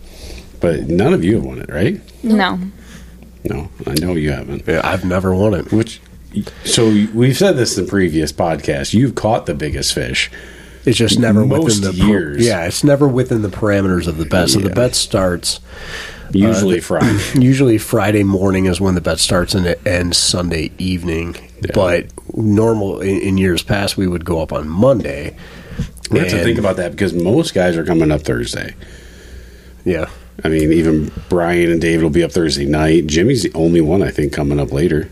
but none of you have won it, right? No. No, I know you haven't. Yeah, I've never won it. Which, so we've said this in previous podcasts. You've caught the biggest fish. It's just never Most within the par- years. yeah, it's never within the parameters of the bet. So the Yeah. bet starts Usually Friday. usually Friday morning is when the bet starts and it ends Sunday evening. But normal in, in years past, we would go up on Monday. We have to And- think about that because most guys are coming up Thursday. Yeah, I mean, even Brian and David will be up Thursday night. Jimmy's the only one I think coming up later,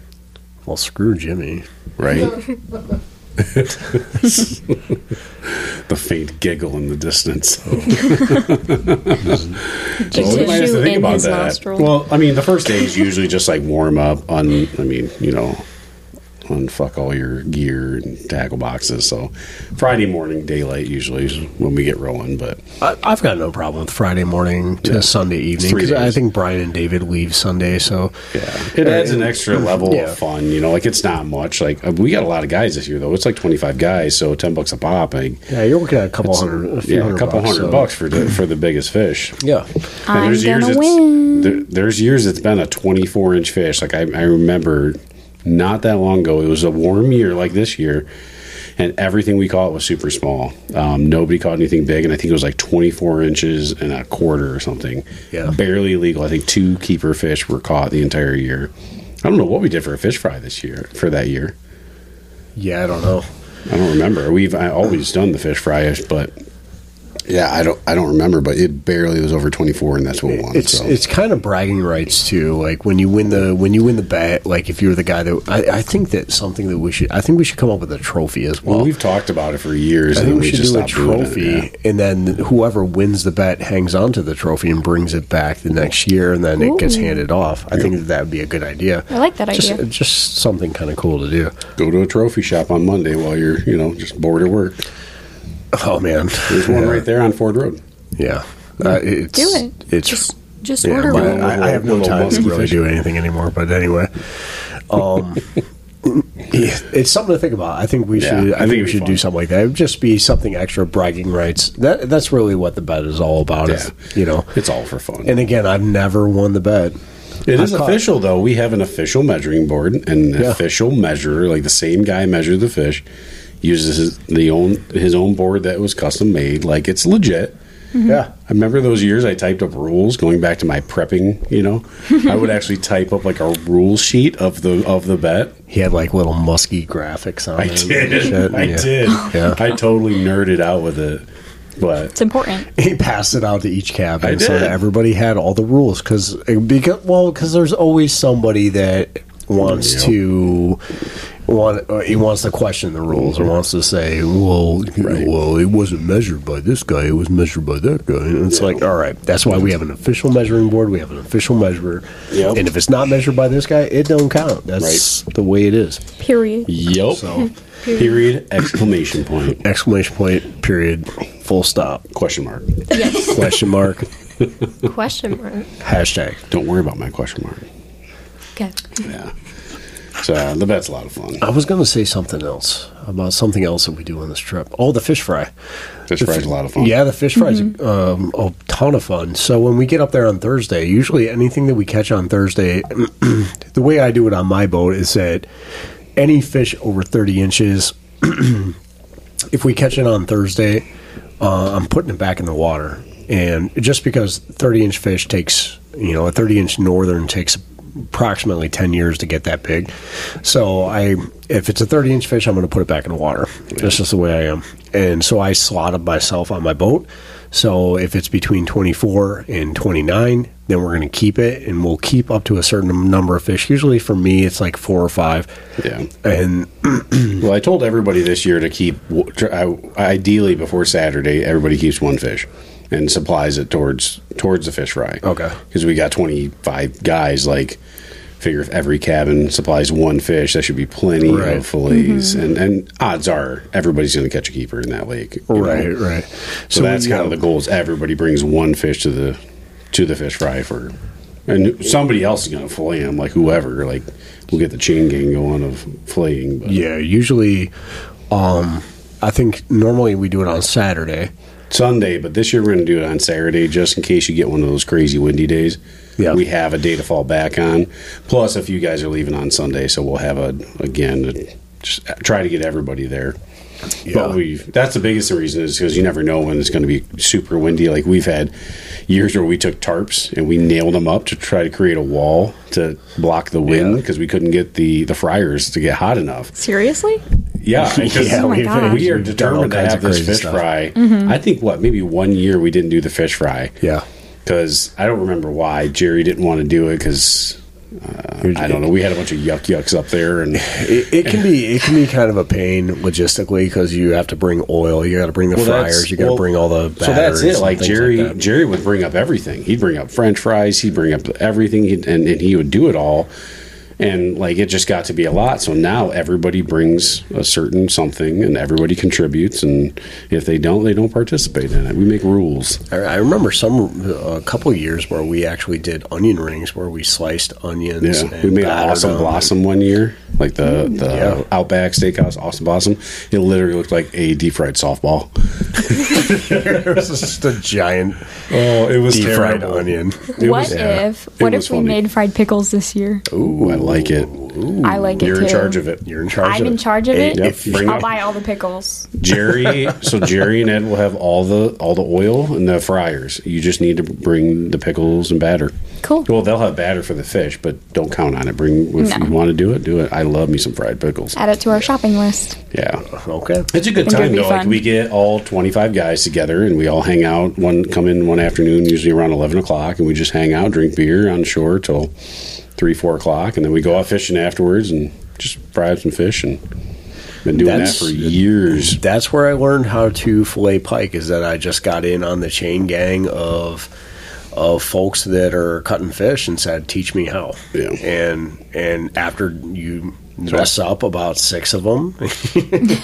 well, screw Jimmy. right? the faint giggle in the distance. It's Well, we a might have shoe to think in about his that. nostril. Well, I mean, the first day is usually just like warm up. On, I mean, you know, unfuck all your gear and tackle boxes. So Friday morning, daylight usually is when we get rolling. But I, I've got no problem with Friday morning to Sunday evening Three because I days. think Brian and David leave Sunday, so it adds an extra level Yeah. of fun. You know, like it's not much. Like uh, we got a lot of guys this year though. It's like twenty five guys, so ten bucks a pop. I, yeah, you're looking at a couple hundred, a few yeah, hundred a couple bucks, hundred so- bucks for the, for the biggest fish. Yeah, And I'm gonna it's, win. There, there's years it's been a 24 inch fish. Like I, I remember not that long ago, it was a warm year like this year, and everything we caught was super small. Um, nobody caught anything big, and I think it was like 24 inches and a quarter or something. Yeah. barely legal. I think two keeper fish were caught the entire year. I don't know what we did for a fish fry this year for that year. yeah, I don't know. I don't remember. We've I always done the fish fry, but yeah, I don't I don't remember. But it barely was over 24, and that's what we won. It's so. it's kind of bragging rights too. Like when you win the when you win the bet, like if you're the guy that I, I think that's something that we should. I think we should come up with a trophy as well. Well, we've talked about it for years. I and think then we should just do a stopped doing it, trophy, yeah. and then whoever wins the bet hangs on to the trophy and brings it back the next year, and then it gets handed off. I think that would be a good idea. I like that just, idea. Just something kind of cool to do. Go to a trophy shop on Monday while you're, you know, just bored at work. Oh man, There's one right there on Ford Road. Yeah, uh, it's, Do it. It's Just, just yeah, order my- one. one. I, I have no Little time to musky really fish. do anything anymore. But anyway, um, yeah, it's something to think about. I think we Yeah, should. I I, think think, it'd we be should fun. do something like that. It would just be something extra bragging rights. That that's really what the bet is all about. Is Yeah. you know. It's all for fun. And again, I've never won the bet. It is I've caught- official though. We have an official measuring board and an Yeah. official measurer. Like the same guy measured the fish, uses his, the own his own board that was custom made. Like it's legit. Mm-hmm. Yeah. I remember those years I typed up rules going back to my prepping, you know. I would actually type up like a rule sheet of the of the bet. He had like little musky graphics on I it and did. shit, I yeah. did. Yeah. I totally nerded out with it. But It's important. he passed it out to each cabin I so did. that everybody had all the rules because because well because there's always somebody that wants Yeah. to want uh, he wants to question the rules or wants to say well you know, Right. well it wasn't measured by this guy it was measured by that guy and it's like all right that's why we have an official measuring board we have an official measurer Yep. and if it's not measured by this guy it don't count that's the way it is Period. yep. so Period. Exclamation point. exclamation point period full stop Question mark. question mark Question mark. hashtag Don't worry about my question mark. Okay. Yeah. So uh, the bet's a lot of fun. I was going to say something else about something else that we do on this trip. Oh, the fish fry. Fish fry's a lot of fun. Yeah, the fish fry's um, a ton of fun. So when we get up there on Thursday, usually anything that we catch on Thursday, the way I do it on my boat is that any fish over 30 inches, if we catch it on Thursday, uh, I'm putting it back in the water. And just because 30 inch fish takes, you know, a 30 inch northern takes approximately 10 years to get that big. So I, if it's a 30 inch fish, I'm going to put it back in the water. That's just the way I am. And so I slotted myself on my boat. So if it's between 24 and 29, then we're going to keep it and we'll keep up to a certain number of fish. Usually for me, it's like four or five. Yeah. And Well, I told everybody this year to keep, w- tr- I- ideally before Saturday, everybody keeps one fish and supplies it towards towards the fish fry. Okay. Because we got 25 guys, like, figure if every cabin supplies one fish, that should be plenty Right. of fillets. And, and odds are everybody's going to catch a keeper in that lake. you know? right, right. So, we that's kind of got- the goal is everybody brings one fish to the to the fish fry for, and somebody else is going to fillet them, like whoever. Like we'll get the chain gang going of filleting. But Yeah, usually, um, I think normally we do it on Saturday. Sunday, but this year we're going to do it on Saturday just in case you get one of those crazy windy days. Yeah. We have a day to fall back on. Plus, if you guys are leaving on Sunday, so we'll have a again to just try to get everybody there. Yeah. But we that's the biggest reason is because you never know when it's going to be super windy. Like we've had years where we took tarps and we nailed them up to try to create a wall to block the wind Yeah. because we couldn't get the the fryers to get hot enough. Seriously? Yeah, because Yeah, Oh my we, we've- gosh. we are we've done all determined to kinds have of this crazy fish stuff. fry. I think what maybe one year we didn't do the fish fry. Mm-hmm. Yeah. because I don't remember why Jerry didn't want to do it because I don't know. We had a bunch of yuck yucks up there, and It, it can be it can be kind of a pain logistically because you have to bring oil, you got to bring the fryers, you got to bring all the so that's batters it. and Like things Jerry, that. Jerry would bring up everything. He'd bring up French fries. He'd bring up everything, he'd, and and he would do it all. and like it just got to be a lot so now everybody brings a certain something and everybody contributes and if they don't they don't participate in it we make rules I, I remember some a couple of years where we actually did onion rings where we sliced onions. yeah we made battered awesome them. blossom one year like the the Yeah. outback steakhouse awesome blossom it literally looked like a deep fried softball it was just a giant oh it was deep fried onion. It what was- if? It What was if we funny. made fried pickles this year? Ooh, I like it. I like it You're too. in charge of it. You're in charge. I'm of in it. charge of it. Yep. If Bring I'll it. buy all the pickles. Jerry, so Jerry and Ed will have all the all the oil and the fryers. You just need to bring the pickles and batter. Cool. Well, they'll have batter for the fish, but don't count on it. Bring if No. you want to do it, do it. I love me some fried pickles. Add it to our shopping list. Yeah. Okay. It's a good Think it'd time be though. Like fun. we get all twenty five guys together and we all hang out. One come in one afternoon, usually around eleven o'clock, and we just hang out, drink beer on shore till three four o'clock, and then we go out fishing afterwards and just fry up some fish and been doing That's- that for years. That's where I learned how to fillet pike. Is that I just got in on the chain gang of of folks that are cutting fish and said, "Teach me how." Yeah. And and after you mess up about six of them,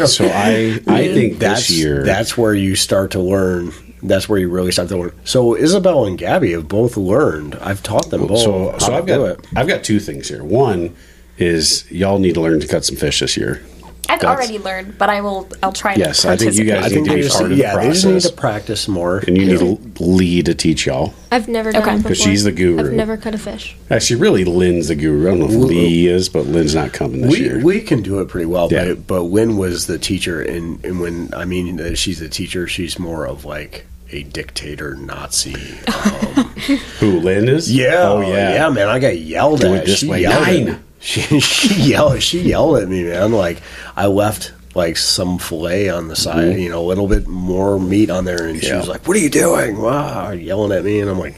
So I I think that's this year that's where you start to learn. That's where you really start to learn. So Isabel and Gabby have both learned. I've taught them both. so, so how I've to do got I've got two things here. One is y'all need to learn to cut some fish this year. I've That's- already learned, but I will. I'll try. Yes, to I think you guys I need think to they be just part of the yeah, they just need process, to practice more. and you need a Lee to teach y'all. I've never done Okay. it 'Cause before. she's the guru. I've never cut a fish. Actually, really, Lynn's the guru. I don't know if Lee is, but Lynn's not coming this we year. we can do it pretty well, Yeah. but but Lynn was the teacher, and and when I mean uh, she's the teacher, she's more of like a dictator Nazi. um, Who Lynn is? Yeah, oh yeah, yeah, man. I got yelled Do at. it this she way. yelled at Nine. me. She she yelled she yelled at me, man. Like I left like some fillet on the side, you know, a little bit more meat on there, and she Yeah. was like, "What are you doing?" Wow, yelling at me, and I'm like,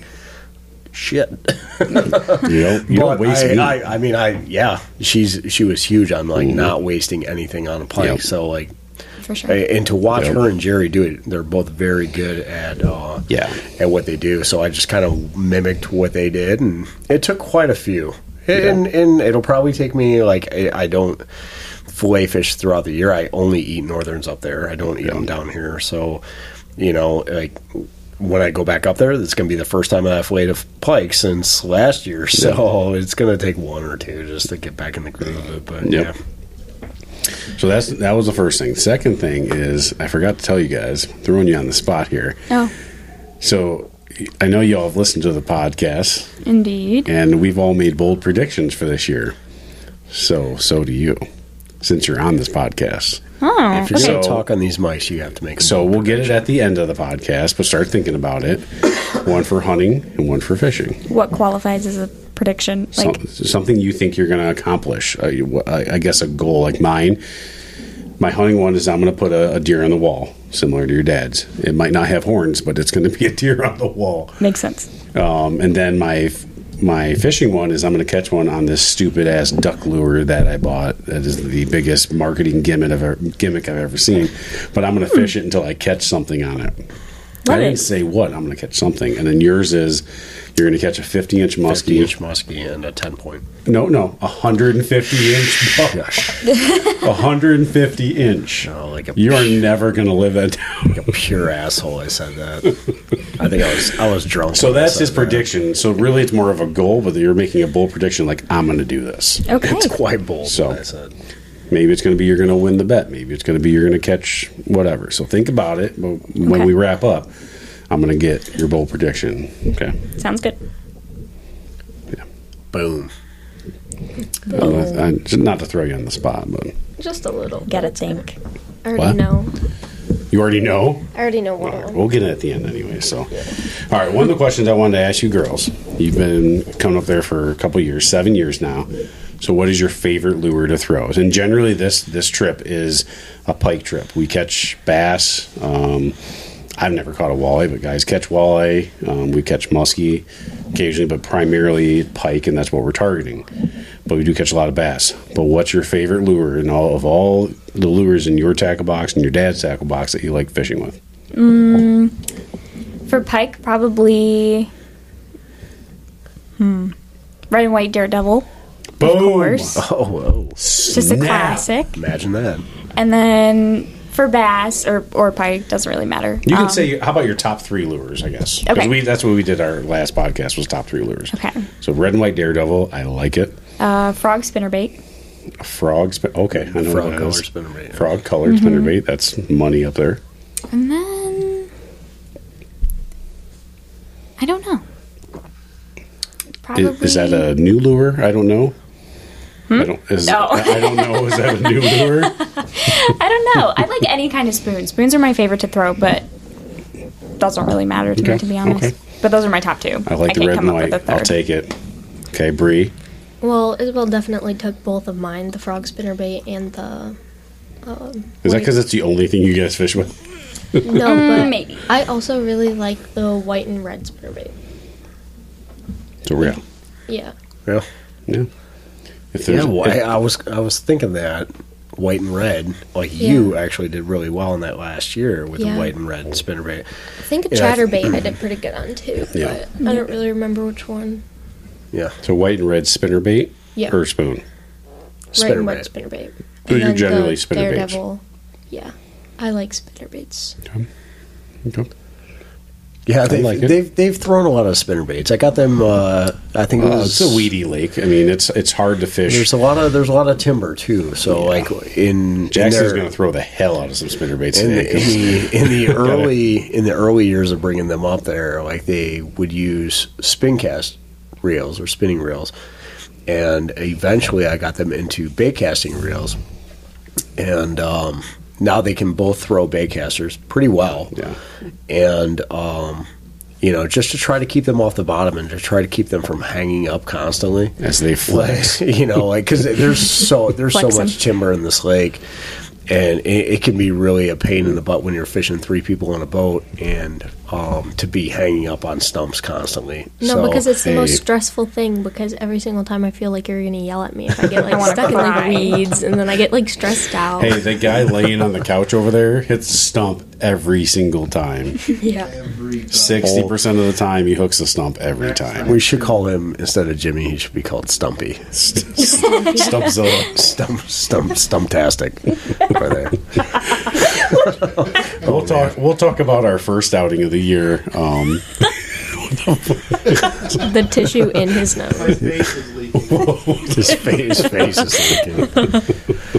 "Shit." You don't, you don't But waste I, meat. Mm-hmm. I, I mean, I yeah, she's she was huge on like not wasting anything on a pike. Yep. So like, for sure. I- and to watch Yep. her and Jerry do it, they're both very good at uh, Yeah. at what they do. So I just kind of mimicked what they did, and it took quite a few. And and it'll probably take me like I, I don't fillet fish throughout the year. I only eat northerns up there. I don't eat them down here. So you know like. When I go back up there, that's going to be the first time I've filleted a pike since last year. So it's going to take one or two just to get back in the groove of it. But Yep. So that's that was the first thing. Second thing is I forgot to tell you guys, throwing you on the spot here. Oh, So I know y'all have listened to the podcast, indeed. and we've all made bold predictions for this year. So so do you, since you're on this podcast. Oh, yeah, if you're okay. going to So- talk on these mics, you have to make. 'em So we'll get it at the end of the podcast, but start thinking about it. One for hunting and one for fishing. What qualifies as a prediction? Like, Some, something you think you're going to accomplish. Uh, you- I I guess a goal like mine. My hunting one is I'm going to put a, a deer on the wall, similar to your dad's. It might not have horns, but it's going to be a deer on the wall. makes sense. Um, and then my my fishing one is I'm going to catch one on this stupid ass duck lure that I bought. That is the biggest marketing gimmick I've ever, gimmick I've ever seen. But I'm going to fish it until I catch something on it. I Hmm. Love didn't it. say what. I'm going to catch something. And then yours is you're going to catch a 50 inch muskie. 50 inch muskie and a 10 point. No, no, 150 inch. buck. 150 inch. Oh, like a, You are never going to live that down. like a pure asshole. I said that. I think I was I was drunk. So when I that's said his that. prediction. So really, it's more of a goal, but you're making a bold prediction like I'm going to do this. Okay. It's quite bold. So- what I said. Maybe it's going to be you're going to win the bet. Maybe it's going to be you're going to catch whatever. So think about it. But when Okay. we wrap up, I'm going to get your bold prediction. Okay. Sounds good. boom. I'm not- Uh, I- not to throw you on the spot, but Just a little. Gotta think. I already What? know. you already know. I already know one. All right, we'll get it at the end anyway. So, all right. One of the questions I wanted to ask you girls you've been coming up there for a couple years, seven years now. So, what is your favorite lure to throw? And generally, this this trip is a pike trip. We catch bass. Um, I've never caught a walleye, but guys catch walleye. Um, we catch muskie occasionally, but primarily pike, and that's what we're targeting. But we do catch a lot of bass. But what's your favorite lure in all of all the lures in your tackle box and your dad's tackle box that you like fishing with? For Pike, probably. Hmm. Red and white daredevil. Boom. course. Oh, whoa. Just a Snap. classic. Imagine that. And then for bass or, or pike, doesn't really matter. You can Um, say how about your top three lures, I guess. 'Cause Okay. we, that's what we did our last podcast was top three lures. Okay. So red and white daredevil, I like it. uh, frog spinnerbait. Frogs, but okay, I know Frog what that color is. spinnerbait, yeah. Frog colored Mm-hmm. spinnerbait. That's money up there. And then I don't know. I- Probably Hmm? Is, that a new lure? I don't know. I don't. Is, No. I I don't know. Is that a new lure? I don't know. I like any kind of spoon. Spoons are my favorite to throw, but doesn't really matter to Okay, me to be honest. okay. But those are my top two. I like the can't red come and up with white. a I'll third. take it. Okay, Bree. Well, Isabel definitely took both of mine, the frog spinnerbait and the. Um, Is that because it's the only thing you guys fish with? no, but maybe. I also really like the white and red spinnerbait. So real. Yeah. Yeah. Yeah. If Yeah, there's- well, I, I was I was thinking that white and red, like you actually did really well in that last year with Yeah. the white and red spinnerbait. I think Yeah, I th- chatterbait I did pretty good on too, Yeah. but I don't really remember which one. Yeah, so white and red spinnerbait Yeah. or spoon. Right and white spinnerbait. spinnerbait. So you're And then generally the spinnerbaits. Daredevil. Yeah. I like spinnerbaits. Okay. Yeah, they've, like it. they've they've thrown a lot of spinnerbaits. I got them. Uh, I think it Uh, was it's a weedy lake. I mean, it's it's hard to fish. There's a lot of there's a lot of timber too. So like in Jackson's in going to throw the hell out of some spinnerbaits in today. the, 'cause- in the, in the early in the early years of bringing them up there, like they would use spin cast reels or spinning reels, and eventually I got them into bait casting reels, and um, now they can both throw bait casters pretty well, Yeah. and um, you know just to try to keep them off the bottom and to try to keep them from hanging up constantly As they flex. like, you know, like because there's so there's so Flexing. much timber in this lake, and it, it can be really a pain in the butt when you're fishing three people on a boat and um, to be hanging up on stumps constantly. No, So- because it's the hey. most stressful thing. Because every single time I feel like you're gonna yell at me if I get I like wanna stuck in like cry. weeds, and then I get like stressed out. Hey, the guy laying on the couch over there hits the stump every single time. Yeah, Sixty percent of the time, he hooks the stump every time. we should call him instead of Jimmy. He should be called Stumpy. Stumpzilla. Stump, stump, stumptastic. Over there. We'll talk. We'll talk about our first outing of the year. Um, the tissue in his nose. His face, his face is leaking.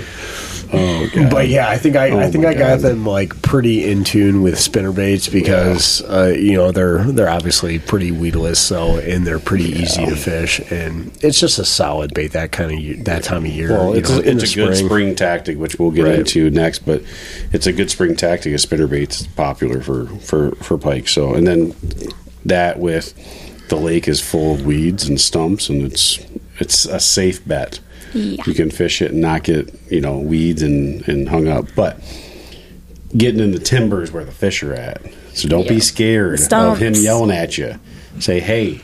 Oh, God. But yeah, I think I, I think Oh, my I God. got them like pretty in tune with spinnerbaits because uh, you know they're they're obviously pretty weedless, so and they're pretty easy to fish, and it's just a solid bait that kind of year, that time of year. well, you it's know, a, in it's a the good spring tactic, which we'll get Right. into next. But it's a good spring tactic. A spinnerbait's popular for for for pike. So, and then that with the lake is full of weeds and stumps, and it's it's a safe bet. Yeah. You can fish it and not get you know weeds and and hung up, but. Getting in the timbers where the fish are at, so don't be Yeah. scared of Stumps. him yelling at you. Say, "Hey,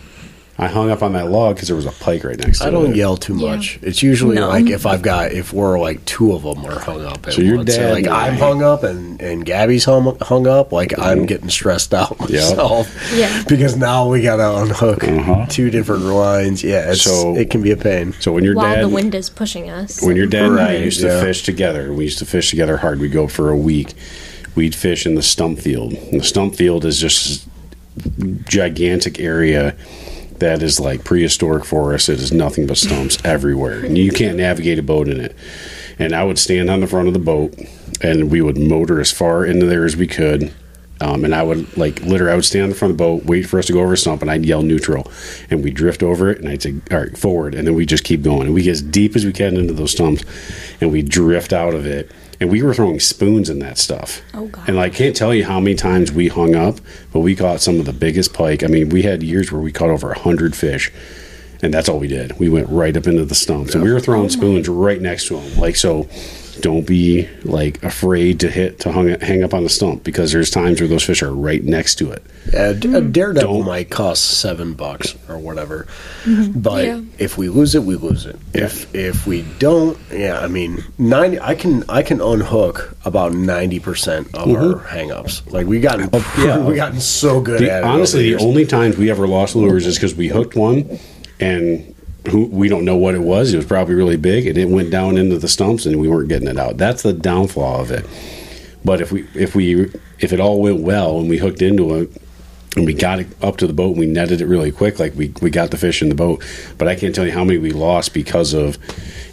I hung up on that log because there was a pike right next to I it." don't yell too Yeah. much. It's usually like if I've got if we're like two of them are hung up. At So your once. dad like and I'm I- hung up and and Gabby's hung, hung up. Like I'm getting stressed out Mm-hmm. Yeah. myself. Yeah. Because now we gotta unhook two different lines. Yeah. It's, Uh-huh. So- it can be a pain. So when your While dad the wind is pushing us. when your dad and I Right, used to yeah. fish together, we used to fish together hard. We'd go for a week. We'd fish in the stump field. And the stump field is just gigantic area that is like prehistoric forest. It is nothing but stumps everywhere, and you can't navigate a boat in it. And I would stand on the front of the boat, and we would motor as far into there as we could. Um, and I would like literally, I would stand on the front of the boat, wait for us to go over a stump, and I'd yell neutral, and we drift over it, and I'd say, "All right, forward," and then we just keep going, and we get as deep as we can into those stumps, and we drift out of it. And we were throwing spoons in that stuff. Oh God. And like, can't tell you how many times we hung up, but we caught some of the biggest pike. I mean, we had years where we caught over hundred fish, and that's all we did. We went right up into the stumps, and we were throwing spoons right next to them. Like, so don't be like afraid to hit to hung, hang up on the stump because there's times where those fish are right next to it. A, d- a daredevil Don't- might cost seven bucks or whatever, but if we lose it, we lose it. If if we don't, yeah, I mean, ninety. I can I can unhook about ninety percent of our hangups. Like we gotten, yeah, we gotten so Mm-hmm. good Oh, The- at it. over honestly, the years. only times we ever lost lures is because we hooked one and who we don't know what it was. It was probably really big, and it went down into the stumps, and we weren't getting it out. That's the downfall of it. But if we if we if it all went well and we hooked into it and we got it up to the boat and we netted it really quick, like we we got the fish in the boat. But I can't tell you how many we lost because of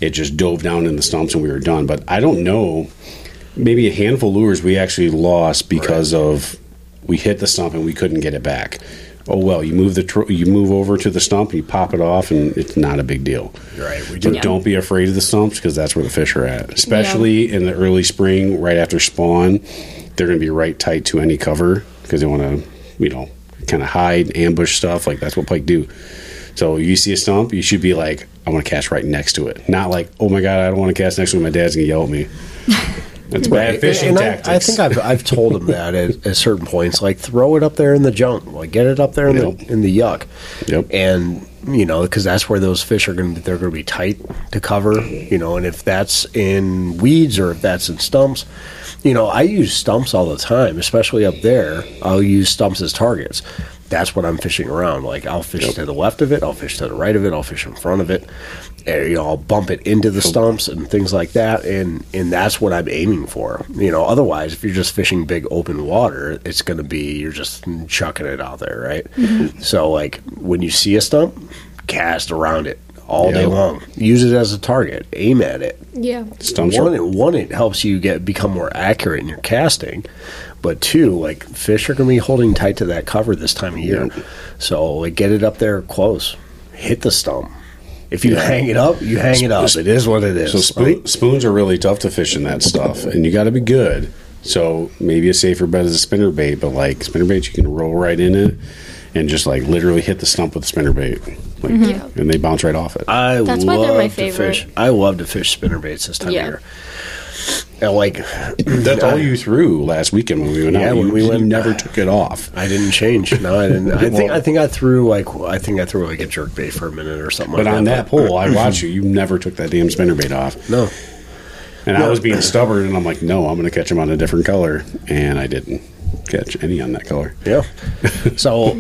it just dove down in the stumps and we were done. But I don't know. Maybe a handful of lures we actually lost because of we hit the stump and we couldn't get it back. Oh well, you move the tr- you move over to the stump, you pop it off, and it's not a big deal. Right, we So don't be afraid of the stumps because that's where the fish are at, especially in the early spring, right after spawn. They're going to be right tight to any cover because they want to, you know, kind of hide, ambush stuff. Like that's what pike do. So you see a stump, you should be like, I want to cast right next to it, not like, oh my god, I don't want to cast next to it. My dad's going to yell at me. That's bad fishing And I- tactics. I, think I've, I've told him that at, at certain points, like throw it up there in the junk, like get it up there in, Yep. the, in the yuck, Yep. and you know because that's where those fish are going to they're going to be tight to cover, you know, and if that's in weeds or if that's in stumps, you know, I use stumps all the time, especially up there. I'll use stumps as targets. That's what I'm fishing around. Like I'll fish to the left of it, I'll fish to the right of it, I'll fish in front of it, and you know I'll bump it into the stumps and things like that. And and that's what I'm aiming for. You know, otherwise if you're just fishing big open water, it's going to be you're just chucking it out there, right? So like when you see a stump, cast around it all day Yep. long. Use it as a target. Aim at it. Yeah. stumps One, are it, one, it helps you get become more accurate in your casting, but two, like fish are going to be holding tight to that cover this time of year, so like get it up there close, hit the stump. If you hang it up, you hang it up. It is what it is. So spoon, right? spoons are really tough to fish in that stuff, and you got to be good. So maybe a safer bet is a spinner bait, but like spinner baits, you can roll right in it and just like literally hit the stump with the spinner bait, like, and they bounce right off it. I That's why love they're my To favorite. fish. I love to fish spinner baits this time Yeah. of year. And like, That's all you threw last weekend when we went out. Yeah, when You- we you went- never took it off. I didn't change. No, I didn't. I think Well- I think I threw like I think I threw like a jerk bait for a minute or something. But like on that, that pole, I watched you. You never took that damn spinner bait off. no, And I was being stubborn, and I'm like, no, I'm going to catch him on a different color, and I didn't catch any on that color. Yeah. So,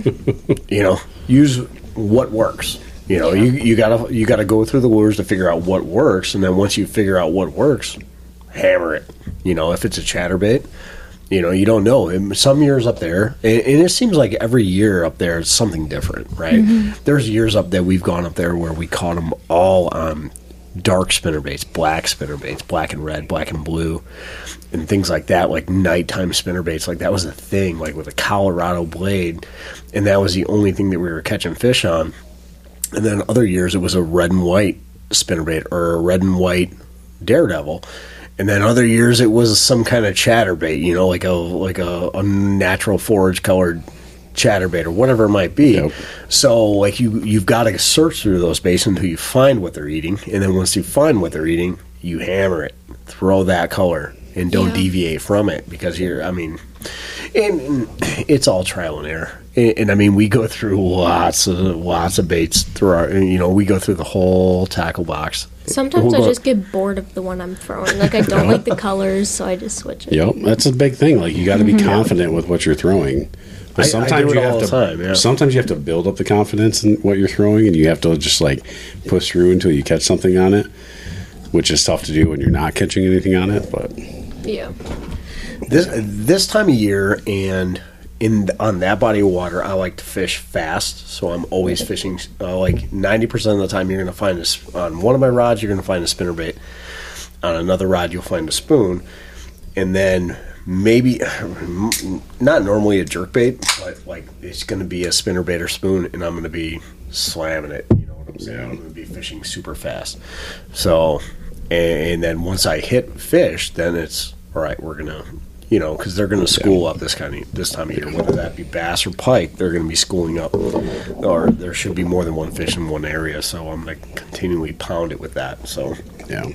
you know, use what works. You know, you, you gotta you gotta go through the lures to figure out what works, and then once you figure out what works, hammer it. You know, if it's a chatterbait, you know, you don't know. And some years up there, and, and it seems like every year up there is something different, right? There's years up there we've gone up there where we caught them all on dark spinnerbaits, black spinnerbaits, black and red, black and blue, and things like that, like nighttime spinnerbaits. Like that was a thing, like with a Colorado blade, and that was the only thing that we were catching fish on. And then other years it was a red and white spinnerbait or a red and white daredevil. And then other years it was some kind of chatterbait, you know, like a like a, a natural forage colored chatterbait or whatever it might be. Yep. So like you you've got to search through those baits until you find what they're eating, and then once you find what they're eating, you hammer it, throw that color, and don't deviate from it because you're. I mean, and, and it's all trial and error. And, and I mean, we go through lots of lots of baits through our. You know, we go through the whole tackle box. Sometimes I Hold on. just get bored of the one I'm throwing. Like I don't like the colors, so I just switch it. Yep, that's a big thing. Like you got to be confident with what you're throwing. Mm-hmm. I- I But sometimes do it you all have the to. time, yeah. Sometimes you have to build up the confidence in what you're throwing, and you have to just like push through until you catch something on it, which is tough to do when you're not catching anything on it. But Yeah. This this time of year and in on that body of water, I like to fish fast, so I'm always fishing. Uh, like ninety percent of the time, you're going to find a, sp- on one of my rods, you're going to find a spinnerbait. On another rod, you'll find a spoon, and then maybe not normally a jerkbait, but like it's going to be a spinnerbait or spoon, and I'm going to be slamming it. You know what I'm saying? Yeah. I'm going to be fishing super fast. So, and, and then once I hit fish, then it's all right. We're gonna, you know, because they're gonna school up this kind of this time of year, whether that be bass or pike, they're gonna be schooling up, or there should be more than one fish in one area. So I'm gonna continually pound it with that. So yeah,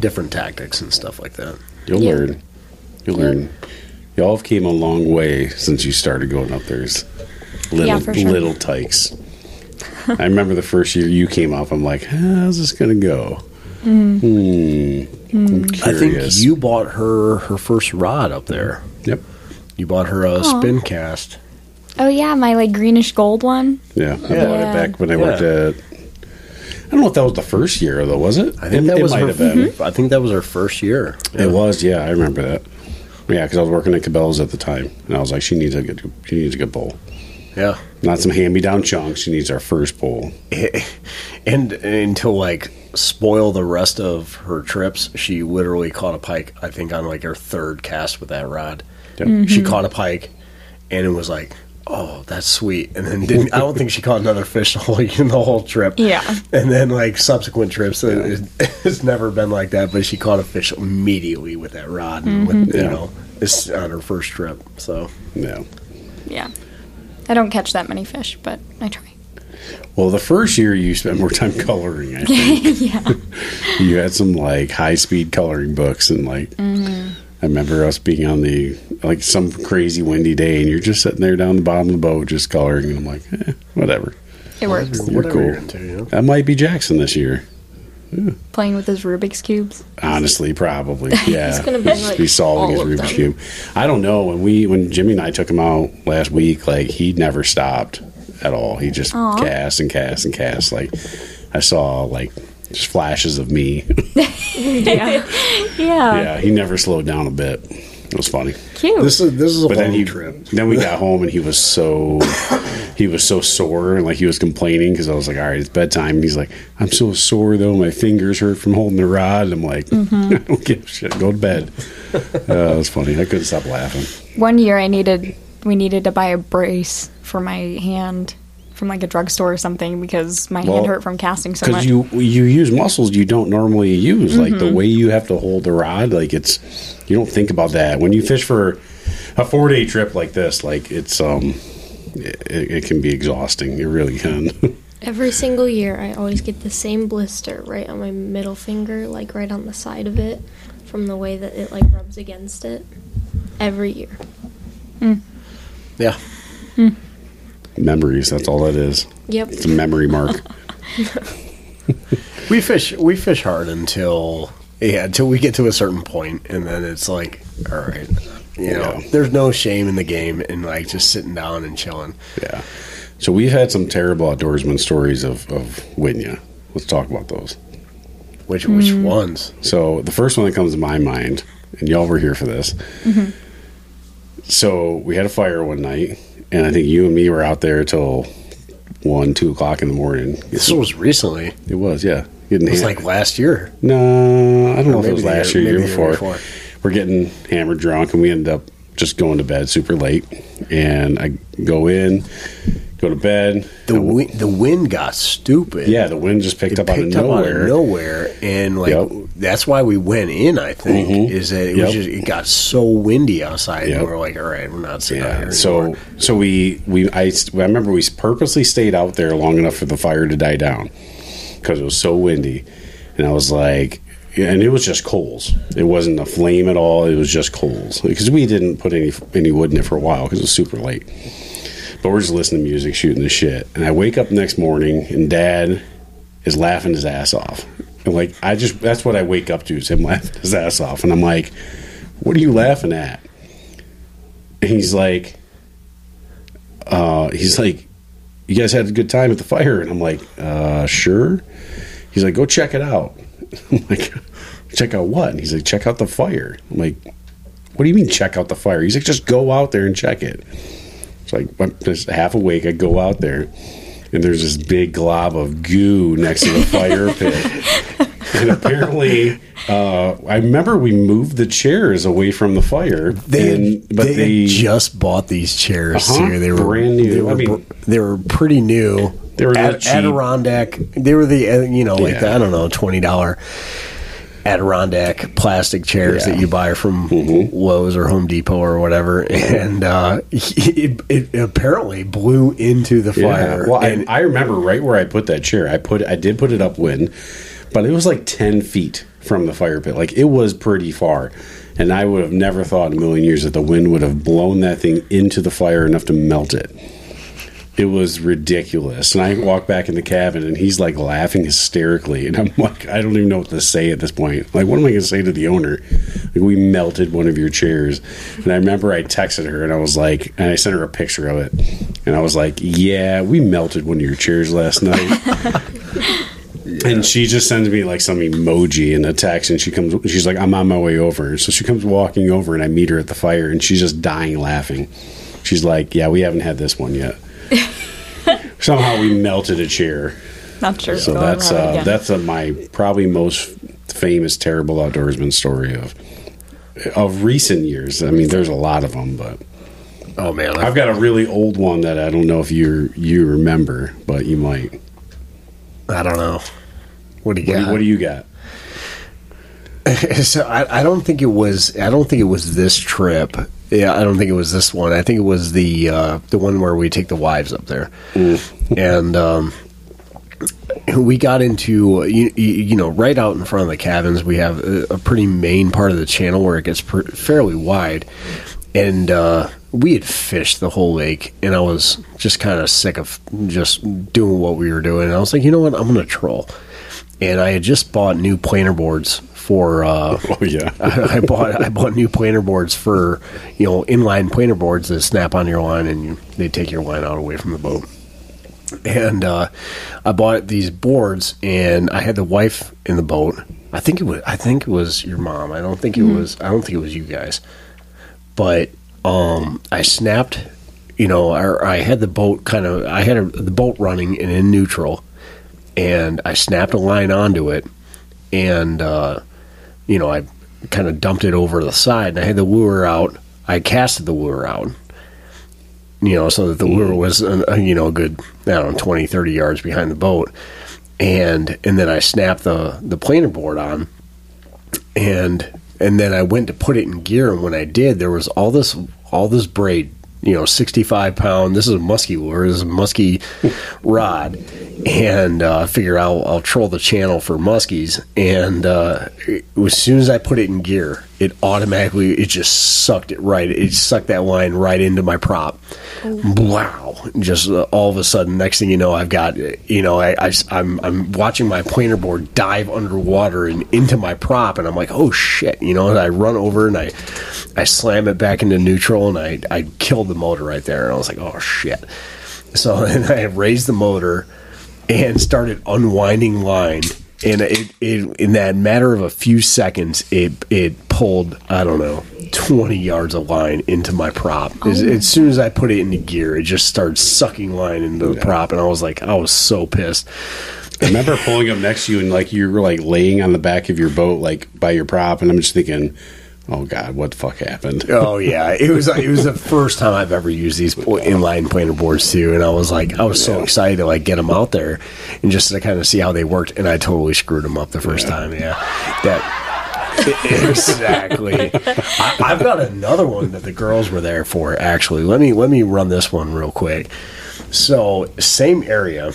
different tactics and stuff like that. you'll learn. You'll learn. Y'all have came a long way since you started going up there's little Yeah, for sure. little tykes. I remember the first year you came up. I'm like, how's this gonna go? Mm-hmm. Hmm. I'm I think curious. you bought her her first rod up there. Yep. You bought her a spin cast. Oh yeah, my like greenish gold one. Yeah, I bought Yeah. it back when I worked Yeah. at I don't know if that was the first year though, was it? I think it, that it was might her, have been. I think that was her first year. It was, yeah, I remember that. Yeah, because I was working at Cabela's at the time, and I was like, she needs a good, she needs a good bowl, Yeah. not some hand-me-down chunks. She needs our first bowl. And, and to like spoil the rest of her trips, she literally caught a pike, I think on like her third cast with that rod. Yeah. She caught a pike and it was like, Oh, that's sweet. And then didn't I don't think she caught another fish the whole the whole trip. Yeah. And then like subsequent trips it, it- it's never been like that, but she caught a fish immediately with that rod and with you Yeah. know, it's on her first trip. So Yeah. Yeah. I don't catch that many fish, but I try. Well, the first year you spent more time coloring. I think yeah. you had some like high-speed coloring books, and like I remember us being on the like some crazy windy day, and you're just sitting there down the bottom of the boat just coloring, and I'm like, eh, whatever. It works. You're whatever cool. you're into, you know? That might be Jackson this year. Playing with those Rubik's Cubes. Honestly, probably. Yeah. gonna be, Just like, solving all his of Rubik's them. Cube. I don't know. When we when Jimmy and I took him out last week, like he never stopped at all. He just Aw. cast and cast and cast. Like I saw like just flashes of me. Yeah. yeah. yeah, he never slowed down a bit. It was funny. Cute. This is this is a But then long he trip. then we got home and he was so he was so sore and like he was complaining because I was like, all right, it's bedtime. And he's like, I'm so sore though, my fingers hurt from holding the rod. And I'm like, I don't give a shit. Go to bed. uh, it was funny. I couldn't stop laughing. One year I needed we needed to buy a brace for my hand from like a drugstore or something because my Well, hand hurt from casting so Because much. you you use muscles you don't normally use, like the way you have to hold the rod. Like it's you don't think about that when you fish for a four day trip like this. Like it's um, it, it can be exhausting. It really can. Every single year, I always get the same blister right on my middle finger, like right on the side of it, from the way that it like rubs against it. Every year. Yeah. Memories. That's all that is. Yep. It's a memory mark. We fish we fish hard until yeah, until we get to a certain point and then it's like all right. You know, Yeah. there's no shame in the game and like just sitting down and chilling. yeah. So we've had some terrible outdoorsman stories of of Winya. Let's talk about those. Which which ones? So the first one that comes to my mind, and y'all were here for this. So we had a fire one night, and I think you and me were out there till one, two o'clock in the morning. This was recently. It It was, yeah. Getting was ham- like last year. no, I don't know if it maybe was the last year- year, year maybe the year before. before. We're getting hammered drunk, and we end up just going to bed super late. And I go in, go to bed. The wi- the wind got stupid. yeah, the wind just picked It up out of picked up out nowhere. of nowhere, and like Yep. that's why we went in. I think Mhm. is that it Yep. was just it got so windy outside, Yep. and we're like, all right, we're not sitting out Yeah. here. So anymore. so we we I, I remember we purposely stayed out there long enough for the fire to die down because it was so windy, and I was like, and it was just coals. It wasn't a flame at all. It was just coals because we didn't put any any wood in it for a while because it was super late. But we're just listening to music, shooting the shit, and I wake up the next morning and Dad is laughing his ass off. And like I just that's what I wake up to is him laughing his ass off, and I'm like, what are you laughing at? And he's like, uh, he's like, you guys had a good time at the fire, and I'm like, uh, sure. He's like, go check it out. I'm like, check out what? And he's like, check out the fire. I'm like, what do you mean check out the fire? He's like, just go out there and check it. It's like I'm just half awake. I go out there, and there's this big glob of goo next to the fire pit. and apparently, uh, I remember we moved the chairs away from the fire. They had, and- they, had just bought these chairs Uh-huh, too. They were brand new. They were, I mean- br- they were pretty new. They were not Ad, cheap. Adirondack. They were the uh, you know like Yeah. the, I don't know twenty dollar Adirondack plastic chairs Yeah. Mm-hmm. that you buy from Lowe's or Home Depot or whatever, and uh, it, it apparently blew into the fire. Well, and- I, I remember right where I put that chair. I put I did put it upwind, but it was like ten feet from the fire pit. Like it was pretty far, and I would have never thought in a million years that the wind would have blown that thing into the fire enough to melt it. It was ridiculous. And I walk back in the cabin and he's like laughing hysterically. And I'm like, I don't even know what to say at this point. Like, what am I going to say to the owner? Like, we melted one of your chairs. And I remember I texted her and I was like, and I sent her a picture of it. And I was like, yeah, we melted one of your chairs last night. And she just sends me like some emoji and a text, and she comes. She's like, "I'm on my way over." So she comes walking over, and I meet her at the fire, and she's just dying laughing. She's like, "Yeah, we haven't had this one yet." Somehow we melted a chair, Not sure. so we'll that's have it uh, again. that's uh, my probably most famous terrible outdoorsman story of of recent years. I mean, there's a lot of them, but Oh man, I've got a really old one that I don't know if you you remember, but you might. I don't know. What do you What, do, got? what do you got? so I, I don't think it was. I don't think it was this trip. Yeah, I don't think it was this one. I think it was the uh, the one where we take the wives up there, and um, we got into you, you, you know right out in front of the cabins. We have a, a pretty main part of the channel where it gets pr- fairly wide, and uh, we had fished the whole lake. And I was just kind of sick of just doing what we were doing. And I was like, you know what, I'm gonna troll. And I had just bought new planer boards for uh, Oh yeah, I, I bought I bought new planer boards for you know inline planer boards that snap on your line and you, they take your line out away from the boat. And uh, I bought these boards and I had the wife in the boat. I think it was I think it was your mom. I don't think it was I don't think it was you guys. But um, I snapped, you know, or I had the boat kind of I had a, the boat running and in neutral, and I snapped a line onto it, and uh, you know, I kind of dumped it over the side and I had the lure out. I casted the lure out, you know, so that the lure was, uh, uh, you know, a good, I don't know, 20, 30 yards behind the boat. And, and then I snapped the, the planer board on and, and then I went to put it in gear. And when I did, there was all this, all this braid, you know, 65 pound, this is a musky lure, this is a musky rod. And, uh, I figure I'll, I'll troll the channel for muskies. And, uh, it- as soon as I put it in gear, it automatically, it just sucked it right. It sucked that line right into my prop. Wow. Just uh, all of a sudden, next thing you know, I've got, uh, you know, I, am I'm watching my planer board dive underwater and into my prop. And I'm like, oh shit, you know, and I run over and I, I slam it back into neutral and I, I killed the motor right there. And I was like, oh shit. So then I raised the motor and started unwinding line. And it, it in that matter of a few seconds, it it pulled I don't know twenty yards of line into my prop. as, as soon as I put it into gear, it just started sucking line into the prop, and I was like, I was so pissed. I remember pulling up next to you and like you were like laying on the back of your boat, like by your prop, and I'm just thinking, "Oh God, what the fuck happened?" Oh yeah, it was it was the first time I've ever used these pl- inline planer boards too, and I was like, I was so excited to like get them out there and just to kind of see how they worked, and I totally screwed them up the first time. Yeah, that exactly. I, I've got another one that the girls were there for. Actually, let me let me run this one real quick. So same area.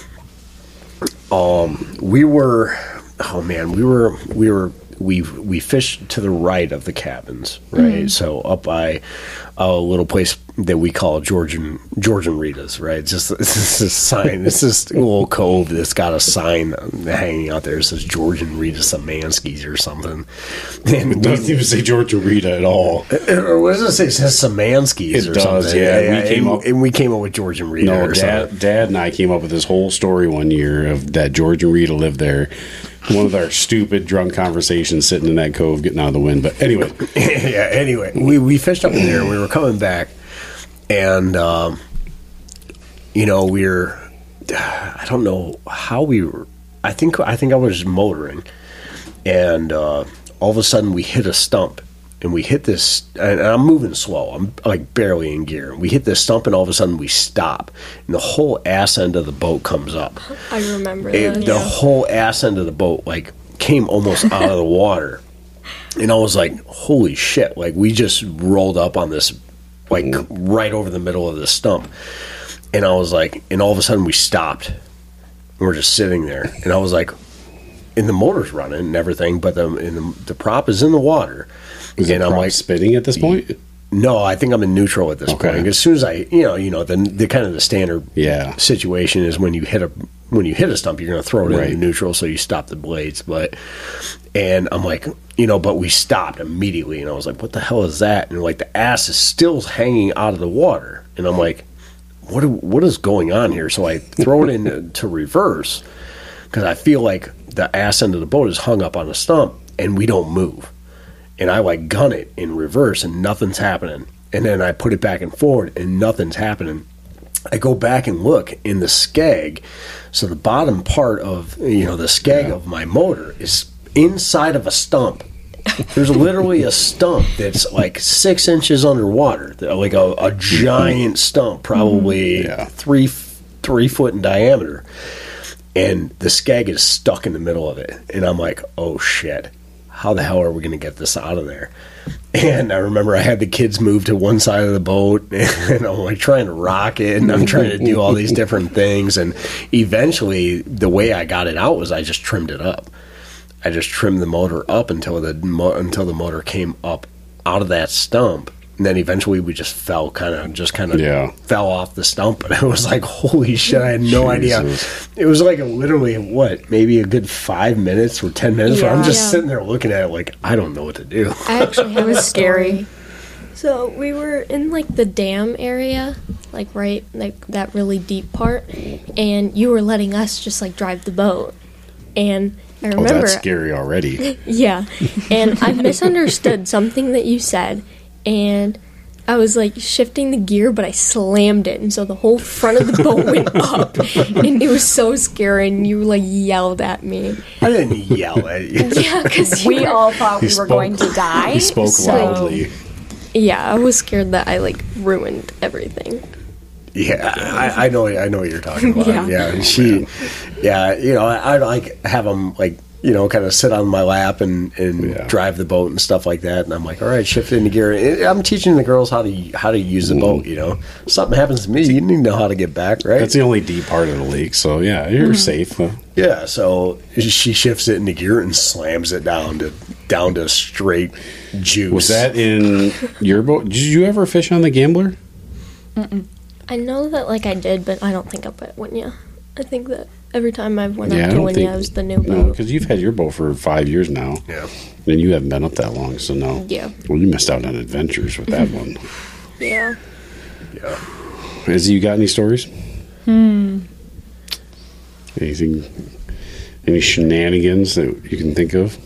Um, we were, oh man, we were we were we we fished to the right of the cabins, right? So up by a little place that we call Georgian Georgian Rita's, right? It's just it's just a sign. It's just a little cove that's got a sign hanging out there. It says Georgian Rita Samansky's or something. It And we, doesn't even say Georgia Rita at all. or what does it say? It says Samansky's It or does, something. yeah. We and, came up- and we came up with Georgian Rita. No, or something. Dad, Dad and I came up with this whole story one year of that Georgia Rita lived there. One of our stupid drunk conversations sitting in that cove getting out of the wind. But anyway, yeah. Anyway, we we fished up in there. We were coming back, and um, you know we are I don't know how we were. I think I think I was motoring, and uh, all of a sudden we hit a stump, and we hit this. And I'm moving slow. I'm like barely in gear. We hit this stump, and all of a sudden we stop, and the whole ass end of the boat comes up. I remember It, this. the whole ass end of the boat like came almost out of the water and i was like holy shit like we just rolled up on this like Mm. right over the middle of the stump and i was like and all of a sudden we stopped we we're just sitting there and i was like and the motor's running and everything but the, and the, the prop is in the water is and it i'm prop like spitting at this point? no i think i'm in neutral at this Okay. point as soon as i you know you know the, the kind of the standard Yeah. situation is when you hit a when you hit a stump, you're going to throw it Right. in neutral, so you stop the blades. But and I'm like, you know, but we stopped immediately, and I was like, what the hell is that? And like the ass is still hanging out of the water, and I'm like, what what is going on here? So I throw it in to reverse because I feel like the ass end of the boat is hung up on a stump and we don't move. And I like gun it in reverse and nothing's happening. And then I put it back and forward and nothing's happening. I go back and look in the skag. So the bottom part of you know the skag of my motor is inside of a stump. There's literally a stump that's like six inches underwater, like a, a giant stump, probably Yeah. three three foot in diameter, and the skag is stuck in the middle of it. And I'm like, oh shit, how the hell are we gonna get this out of there? And I remember I had the kids move to one side of the boat, and I'm like trying to rock it, and I'm trying to do all these different things. And eventually, the way I got it out was I just trimmed it up. I just trimmed the motor up until the mo- until the motor came up out of that stump, and then eventually we just fell, kind of just kind of Yeah. fell off the stump. And I was like, "Holy shit!" I had no Jesus. idea. It was like a, literally what, maybe a good five minutes or ten minutes. Where I'm Yeah. just Yeah. sitting there looking at it, like I don't know what to do. I actually have was a scary. story. So we were in like the dam area, like right like that really deep part, and you were letting us just like drive the boat. And I Oh, remember that's scary already. Yeah. And I misunderstood something that you said and I was like shifting the gear but I slammed it and so the whole front of the boat went up and it was so scary and you like yelled at me. I didn't yell at you. Yeah, cuz We all thought we He were spoke- going to die. He spoke so- loudly. Yeah, I was scared that I like ruined everything. Yeah, I, I know. I know what you're talking about. yeah. Yeah. and she, yeah, you know, I, I like have them like you know kind of sit on my lap and and Yeah. drive the boat and stuff like that. And I'm like, all right, shift into gear. And I'm teaching the girls how to how to use the boat. You know, something happens to me, you need to know how to get back, right? That's the only deep part of the lake, so yeah, Mm-hmm. you're safe. Uh, huh? Yeah. So she shifts it into gear and slams it down to down to straight juice. Was that in your boat? Did you ever fish on the Gambler? I know that like I did but I don't think I went Winya. I think that every time I've went yeah, up to Winya I was the new boat. because you've had your boat for five years now, Yeah. and you haven't been up that long, so no. Yeah. Well, you missed out on adventures with that one. yeah. Yeah. Izzy, you got any stories? Hmm. Anything? Any shenanigans that you can think of?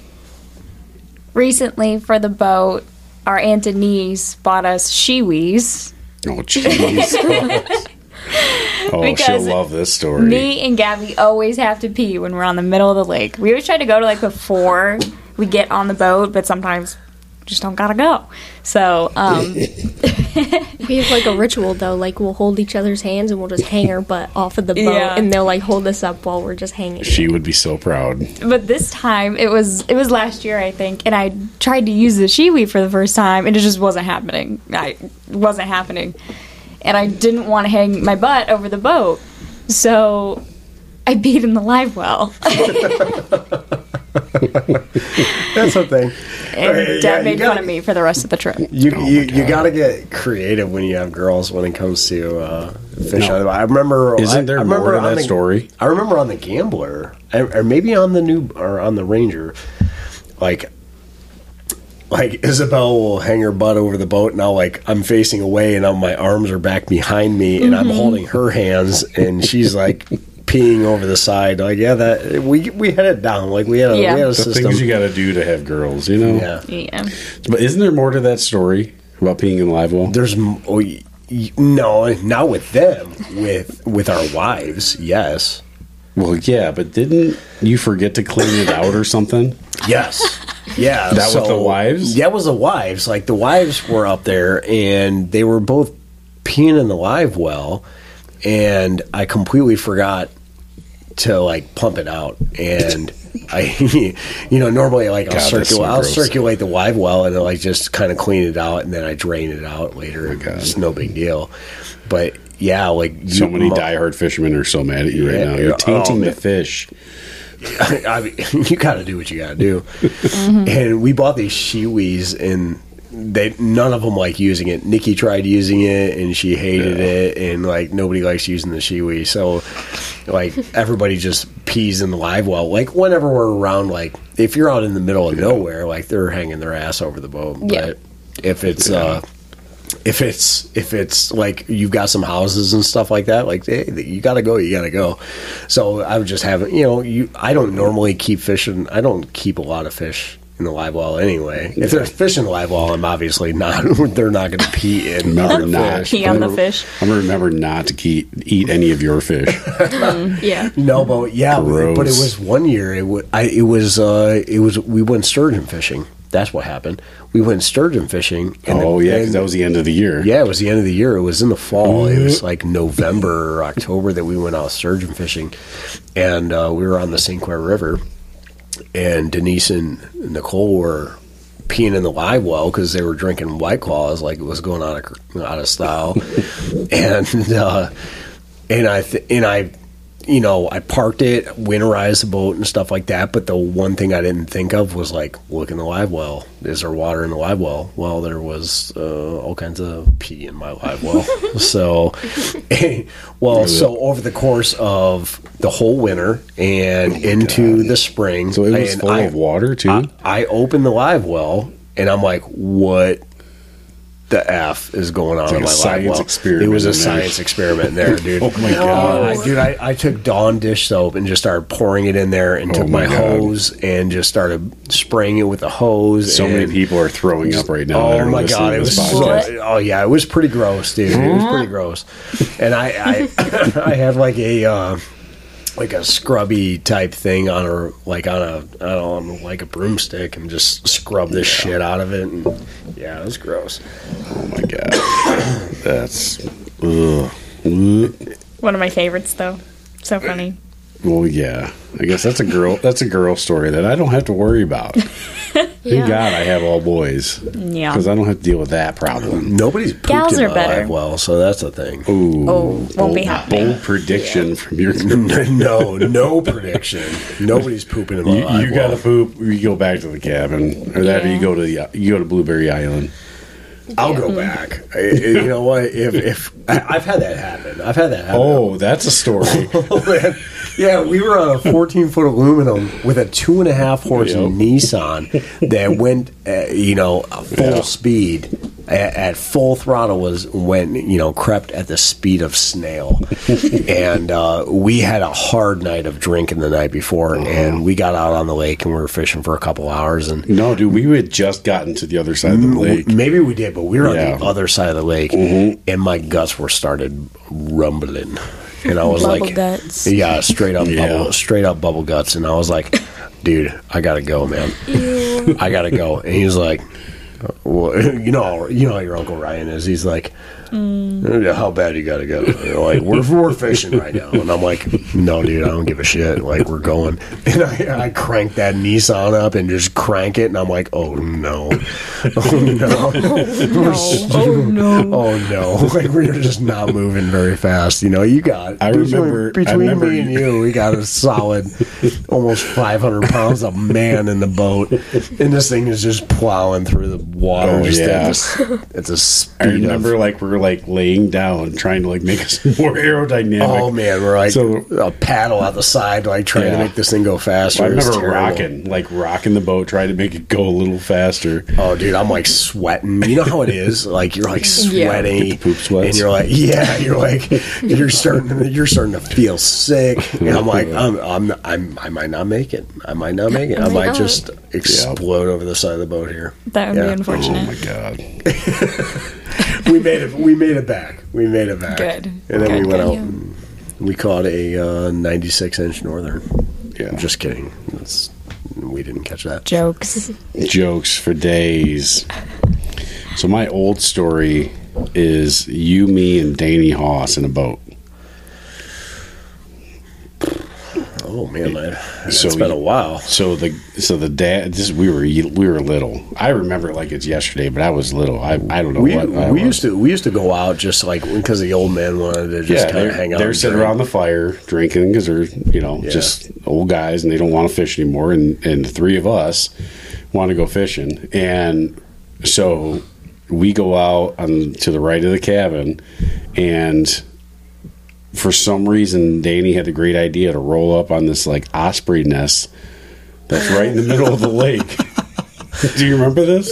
Recently, for the boat, our aunt Denise bought us shiwis. Oh, jeez. oh, she'll Because love this story. Me and Gabby always have to pee when we're on the middle of the lake. We always try to go to like before we get on the boat, but sometimes just don't gotta go. So, um, We have like a ritual though, like we'll hold each other's hands and we'll just hang our butt off of the boat Yeah. and they'll like hold us up while we're just hanging. she would be so proud. but this time it was it was last year I think, and I tried to use the shiwi for the first time, and it just wasn't happening. I it wasn't happening, and I didn't want to hang my butt over the boat, so I peed in the live well. That's the thing. And Hey, yeah, Dad you made gotta- fun of me for the rest of the trip. You, Oh my you, you God. got to get creative when you have girls when it comes to uh, fish. No. I remember. I, Isn't there I more remember to on that the- story? I remember on the Gambler, or or maybe on the new or on the Ranger, like. Like Isabel will hang her butt over the boat, and I'll like I'm facing away, and i my arms are back behind me, and I'm holding her hands, and she's like peeing over the side. Like yeah, that we we had it down. Like we had a, Yeah. we had a The The system. things you got to do to have girls, you know. yeah, Yeah. But isn't there more to that story about peeing in the live well? there's m- oh, y- y- no not with them with with our wives yes Well, yeah, but didn't you forget to clean it out or something? yes yeah That with the wives? that was the wives like the wives were up there and they were both peeing in the live well and i completely forgot to like pump it out and I, you know, normally like I'll God, that's circulate, so I'll gross. circulate the live well and then like just kind of clean it out and then I drain it out later. Oh God. It's no big deal, but yeah, like So you- many mo- diehard fishermen are so mad at you right Yeah, now. You're yeah. tainting Oh, the man. fish. I mean, you got to do what you got to do. And we bought these shiwis, and they none of them like using it. Nikki tried using it, and she hated it, and like nobody likes using the shiwi. So, like everybody just pees in the live well. Like whenever we're around, like if you're out in the middle of nowhere, like they're hanging their ass over the boat. Yeah. But if it's uh if it's if it's like you've got some houses and stuff like that, like hey, you gotta go, you gotta go. So I would just have you know you I don't normally keep fishing. I don't keep a lot of fish in the live well anyway. If there's fish in the live well, I'm obviously not. They're not going to pee in Remember the not. fish. Pee on the fish. I'm gonna remember not to keep, eat any of your fish. Yeah. No, but yeah, Gross. but it was one year. It was I, it was uh, it was we went sturgeon fishing. That's what happened. We went sturgeon fishing. and- oh yeah, because and- that was the end of the year. Yeah, it was the end of the year. It was in the fall. It was like November or October that we went out sturgeon fishing, and uh, we were on the St. Clair River, and Denise and Nicole were peeing in the live well because they were drinking White Claws like it was going out of out of style, and uh, and I th- and I. You know, I parked it, winterized the boat and stuff like that. But the one thing I didn't think of was like, look in the live well. Is there water in the live well? Well, there was uh, all kinds of pee in my live well. so, eh, well, so over the course of the whole winter and into the spring, Oh So it was and full I- of water too. I, I open the live well, and I'm like, what the f is going on like in a my live science well? experiment It was a in there. science experiment there, dude. Oh my God. I- dude, I, I took Dawn dish soap and just started pouring it in there, and Oh took my my, God. hose and just started spraying it with a hose. so many and- people are throwing up right now. that Oh are my listening god, to it was this so, podcast. oh yeah, it was pretty gross, dude. It was pretty gross, and I I, I had like a uh, like a scrubby type thing on a like on a I don't know, like a broomstick and just scrub the shit out of it. And, yeah, it was gross. Oh my god, that's ugh. Ugh. One of my favorites, though. So funny. well, yeah. I guess that's a girl. That's a girl story that I don't have to worry about. Thank God I have all boys Yeah. because I don't have to deal with that problem. Nobody's pooped Gals in are my better. life well, so that's the thing. Ooh, Oh, won't be happening. Bold prediction from your girl. no, no prediction. Nobody's pooping in my You, life you gotta well. poop. You go back to the cabin, or that, or you Yeah. go to the you go to Blueberry Island. I'll go back. I- I- you know what? If if I, I've had that happen, I've had that happen. Oh, that's a story. Oh, man. Yeah, we were on a 14 foot aluminum with a two and a half horse Yep. Nissan that went, uh, you know, full Yeah. speed at, at full throttle was when you know crept at the speed of snail, and uh, we had a hard night of drinking the night before, Uh-huh. and we got out on the lake and we were fishing for a couple hours, and no, dude, we had just gotten to the other side of the Mm, lake. Maybe we did, but we were Yeah. on the other side of the lake, and my guts were started rumbling, and I was Bubble like, guts. "Yeah, straight up Yeah. bubble, straight up bubble guts," and I was like, "Dude, I gotta go, man, I gotta go," and he's like. Well, you know, you know how your uncle Ryan is. He's like, Mm. "How bad you gotta go?" They're like, we're we're fishing right now, and I'm like, "No, dude, I don't give a shit. Like, we're going." And I, I crank that Nissan up and just crank it, and I'm like, "Oh no, oh no." Oh, no. Oh no! Like we were just not moving very fast. You know, you got. I between- remember- I between, remember me you- and you, we got a solid, almost 500 pounds of man in the boat, and this thing is just plowing through the water. Oh, just yeah. at this- at the I speed remember of. like we were like laying down, trying to like make us more aerodynamic. Oh man, we're like So- a paddle out the side, like trying Yeah. to make this thing go faster. I It was remember terrible. rocking, like rocking the boat, trying to make it go a little faster. Oh, dude, I'm like sweating. You know how it is. Like you're like sweaty, Get the poop sweats. and you're like, yeah, you're like, you're starting, to, you're starting to feel sick. And I'm like, I'm, I'm, I'm, I might not make it. I might not make it. I Oh might my God. just explode over the side of the boat here. That would be Yeah. Oh my unfortunate. god! We made it. We made it back. We made it back. Good. And then we Good, went out. good. And we caught a uh, 96 inch northern. Yeah, I'm just just kidding. That's, we didn't catch that. Jokes. jokes for days. So my old story is you, me, and Danny Haas in a boat. Oh man, I, it's So been you- a while. So the so the dad, this we were we were little. I remember it like it's yesterday, but I was little. I I don't know We, what I we was. used to we used to go out just like because the old man wanted to just yeah, kind they're, of hang out. they're and sitting drink. around the fire drinking because they're you know Yeah. just old guys and they don't want to fish anymore. And and the three of us want to go fishing, and so we go out on to the right of the cabin, and for some reason Danny had a great idea to roll up on this like osprey nest that's right in the middle of the lake. Do you remember this?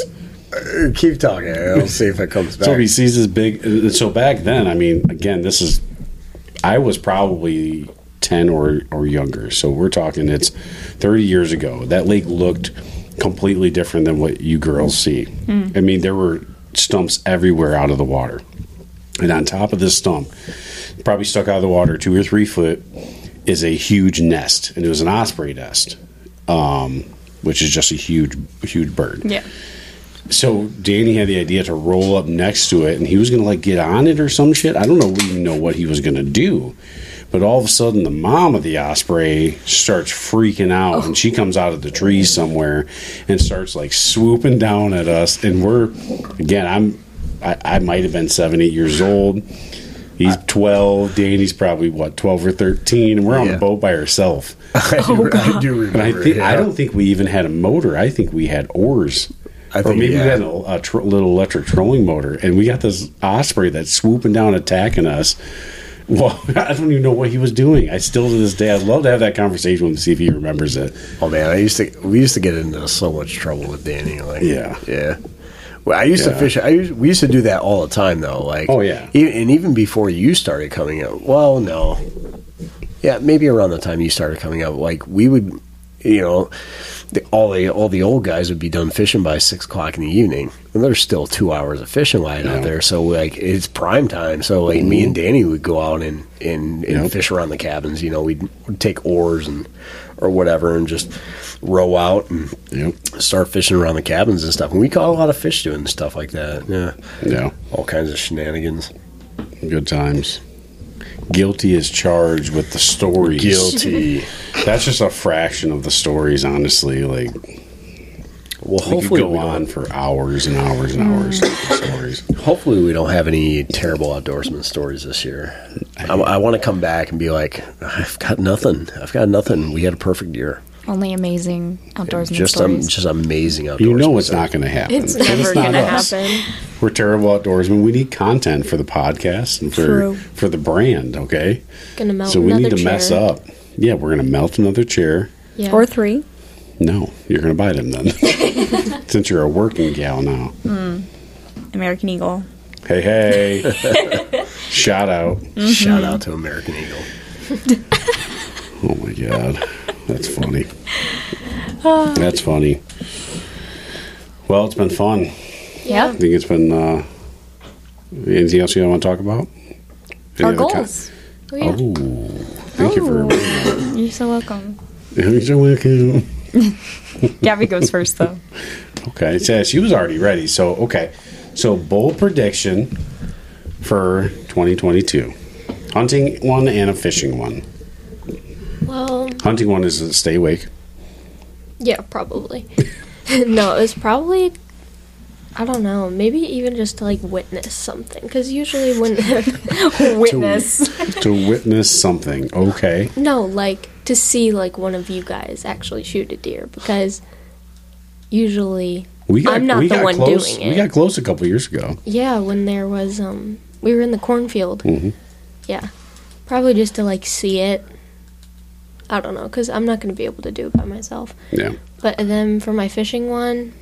Uh, Keep talking. I'll see if it comes back. So he sees his big. So back then, I mean, again, this is. I was probably ten or or younger, so we're talking it's thirty years ago. That lake looked completely different than what you girls see. I mean, there were stumps everywhere out of the water, and on top of this stump, probably stuck out of the water two or three foot, is a huge nest, and it was an osprey nest, um, which is just a huge huge bird Yeah. so Danny had the idea to roll up next to it, and he was gonna like get on it or some shit. I don't know even know what he was gonna do, but all of a sudden the mom of the osprey starts freaking out, and she comes out of the trees somewhere and starts like swooping down at us. And we're again, I'm I, I might have been seven, eight years old. He's twelve. Danny's probably what twelve or thirteen, and we're on Yeah. a boat by ourselves. I, do, I do remember. And I think yeah. I don't think we even had a motor. I think we had oars. I or think, maybe yeah. we had a, a tr- little electric trolling motor, and we got this osprey that's swooping down, attacking us. Well, I don't even know what he was doing. I still to this day, I'd love to have that conversation with him to see if he remembers it. Oh man, I used to we used to get into so much trouble with Danny. Like, Yeah. yeah. Well, I used to Yeah. fish. I used, we used to do that all the time though. Like, Oh, yeah. e- and even before you started coming out. Well, no, yeah, maybe around the time you started coming out. Like, we would, you know, the, all the all the old guys would be done fishing by six o'clock in the evening, and there's still two hours of fishing line Yeah. Mm-hmm. out there. So like, it's prime time. So like, me and Danny would go out and and, and Yep. fish around the cabins. You know, we'd, we'd take oars and or whatever, and just row out and Yep. start fishing around the cabins and stuff. And we caught a lot of fish doing stuff like that. Yeah, Yeah. all kinds of shenanigans. Good times. Guilty is charged with the stories. Guilty. That's just a fraction of the stories, honestly. Like well, we hopefully could we go on don't, for hours and hours and hours of stories. hopefully we don't have any terrible outdoorsman stories this year. I, I want to come back and be like, I've got nothing. I've got nothing. We had a perfect year. Only amazing outdoorsman Just um, stories. just amazing outdoorsman. You know it's not going to happen. It's 'cause never gonna us. happen. We're terrible outdoorsmen. We need content for the podcast and for True. for the brand. Okay, Gonna melt so we need another to mess chair. up. Yeah, we're gonna melt another chair. Yeah. Or three. No, you're gonna buy them then, since you're a working gal now. American Eagle. Hey, hey! Shout out! Shout out to American Eagle. Oh my god, that's funny. That's funny. Well, it's been fun. Yeah. I think it's been. Uh, anything else you want to talk about? Any Our other co- goals. Oh. Oh, yeah. Oh, thank you for. remembering that. You're so welcome. You're so welcome. Gabby goes first, though. Okay, so she was already ready. So okay, so bold prediction for 2022: hunting one and a fishing one. Well, Hunting one is a stay awake. yeah, probably. no, it was probably. I don't know. Maybe even just to like witness something, because usually when Witness. to witness something. Okay, No, like to see like one of you guys actually shoot a deer because usually we got I'm not we the got one close. doing it. We got close a couple years ago. yeah, when there was um we were in the cornfield. Mm-hmm. Yeah. Probably just to like see it. I don't know cuz I'm not going to be able to do it by myself. Yeah, But then for my fishing one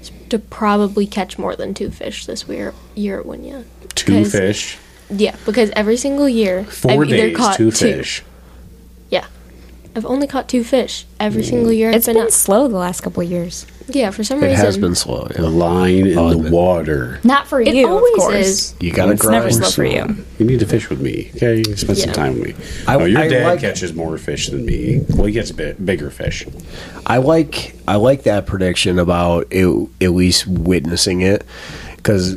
s- to probably catch more than two fish this year year at Winya. two 'Cause fish, Yeah, because every single year four I've either days, caught two fish. Yeah. I've only caught two fish every Mm-hmm. single year It's I've been been out. slow the last couple of years. Yeah, for some It reason has been slow. A yeah. line in the man. water. Not for It you, always of course. is. You gotta It's never grind. slow for you. You need to fish with me, okay? Spend some Yeah. time with me. I- no, your I dad like- catches more fish than me. Well, he gets bi- bigger fish. I like I like that prediction about it, at least witnessing it because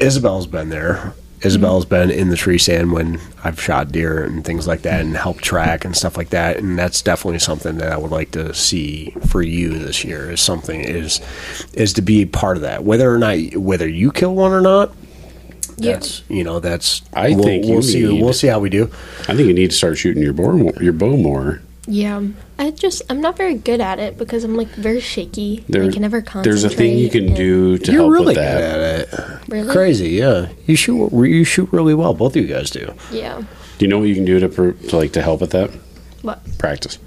Isabel's been there. Isabel's Mm-hmm. been in the tree stand when I've shot deer and things like that, and helped track and stuff like that. And that's definitely something that I would like to see for you this year. Is something is is to be part of that, whether or not whether you kill one or not. Yeah. That's you know that's I we'll, think you we'll see need- we'll see how we do. I think you need to start shooting your bow more, your bow more. Yeah, I just I'm not very good at it because I'm like very shaky. I can never concentrate. There's a thing you can and- do to You're help really with good that. at it. Really? Crazy, yeah. You shoot you shoot really well. Both of you guys do. Yeah. Do you know what you can do to, pr- to like to help with that? What? Practice.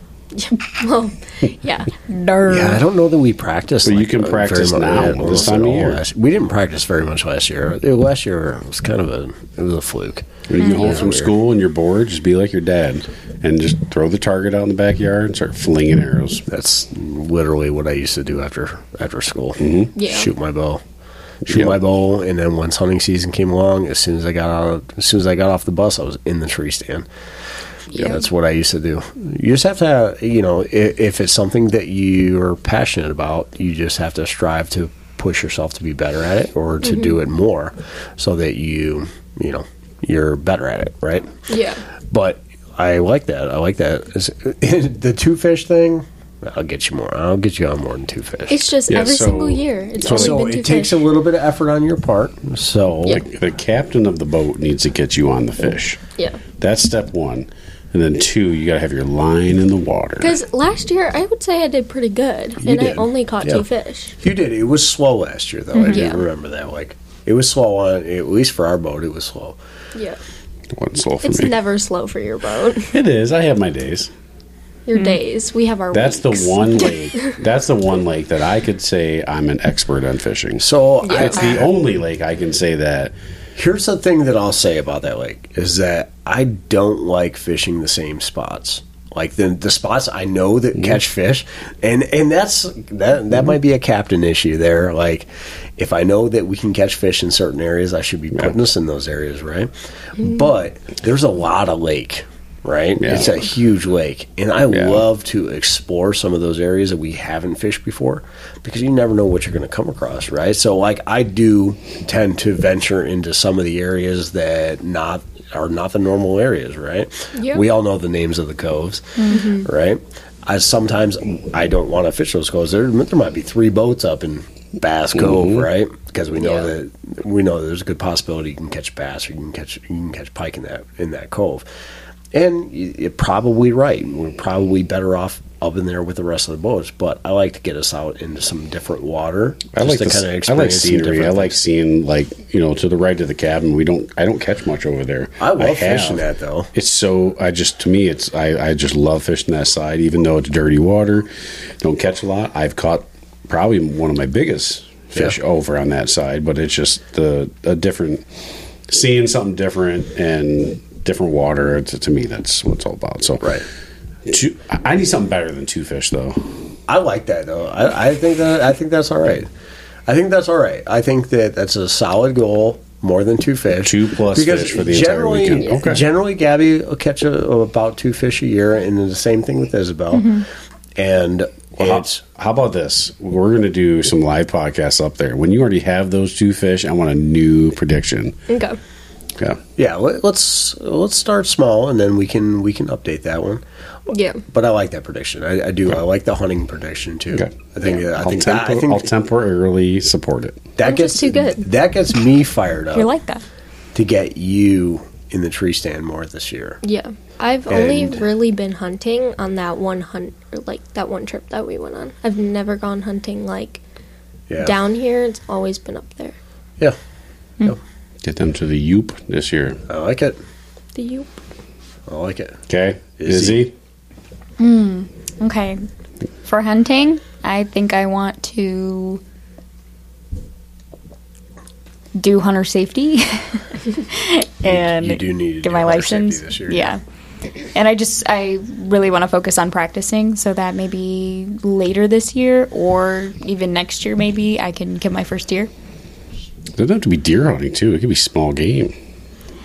well, yeah. Yeah, I don't know that we practiced. But you can very practice much now, at this almost time at of all year. last- we didn't practice very much last year. Uh, Last year was kind of a it was a fluke. When you get home Yeah, from weird. school and you're bored, just be like your dad and just throw the target out in the backyard and start flinging arrows. That's literally what I used to do after after school. Yeah. Shoot my bow. Shoot Yep. my bow, and then once hunting season came along, as soon as I got out, as soon as I got off the bus, I was in the tree stand. Yeah, that's what I used to do. You just have to, have, you know, if, if it's something that you are passionate about, you just have to strive to push yourself to be better at it or to do it more, so that you, you know, you're better at it, right? Yeah. But I like that. I like that. Is- the two fish thing. I'll get you more. I'll get you on more than two fish. It's just Yeah, every so- single year. It's so- only so been two it takes fish. a little bit of effort on your part. So The, the captain of the boat needs to get you on the fish. yeah. That's step one. And then two, you got to have your line in the water. Because last year, I would say I did pretty good, You and I did. only caught Yeah. two fish. you did. It was slow last year, though. I do Mm-hmm. Yeah. remember that. Like it was slow on at least for our boat. It was slow. Yeah. One slow for It's me. never slow for your boat. it is. I have my days. Your Mm. days. We have our That's the weeks. one lake. That's the one lake that I could say I'm an expert on fishing. So I, It's the only lake I can say that. here's the thing that I'll say about that lake is that I don't like fishing the same spots. Like the the spots I know that catch fish, and and that's that that might be a captain issue there. Like if I know that we can catch fish in certain areas, I should be putting us in those areas, right? But there's a lot of lake, right? Yeah. It's a huge lake, and I Yeah. love to explore some of those areas that we haven't fished before because you never know what you're going to come across, right? So, like, I do tend to venture into some of the areas that not are not the normal areas, right? Yeah. We all know the names of the coves, right? I sometimes I don't want to fish those coves. There, there might be three boats up in Bass Cove, Mm-hmm. right? Because we know Yeah. that we know there's a good possibility you can catch bass or you can catch you can catch pike in that in that cove. And y- you're probably right. We're probably better off up in there with the rest of the boats. But I like to get us out into some different water. I like the, I kinda like experience some scenery. different I like things. seeing like you know to the right of the cabin. We don't. I don't catch much over there. I love have. fishing that though. It's so I just to me it's I I just love fishing that side even though it's dirty water, don't catch a lot. I've caught probably one of my biggest fish Yeah. over on that side, but it's just the a different seeing something different and different water. It's, to me, that's what it's all about. So Right. two, I I need something better than two fish though. I like that though. I, I think that I think that's all right. I think that's all right. I think that that's a solid goal. More than two fish, Two plus fish for the entire generally- weekend. Okay. Generally, Gabby will catch a, about two fish a year, and then the same thing with Isabel. Mm-hmm. And How, it's how about this? We're going to do some live podcasts up there. When you already have those two fish, I want a new prediction. Okay. Yeah. yeah. Let, let's let's start small, and then we can we can update that one. Yeah. But I like that prediction. I, I do. I like the hunting prediction too. Okay. I think I I'll, think tempo- that, I think I'll temporarily support it. that I'm gets just too good. That gets me fired up You're like that. to get you in the tree stand more this year. Yeah. I've only And- really been hunting on that one hunt, or like that one trip that we went on. I've never gone hunting like Yeah. down here. It's always been up there. Yeah. Hmm. Get them to the Yoop this year. I like it. The Yoop. I like it. Okay. Izzy. Izzy. Okay. For hunting, I think I want to do hunter safety and you do need to do get my hunter license. safety this year. Yeah. And I just I really want to focus on practicing so that maybe later this year or even next year maybe I can get my first deer. It doesn't have to be deer hunting, too. It could be small game. It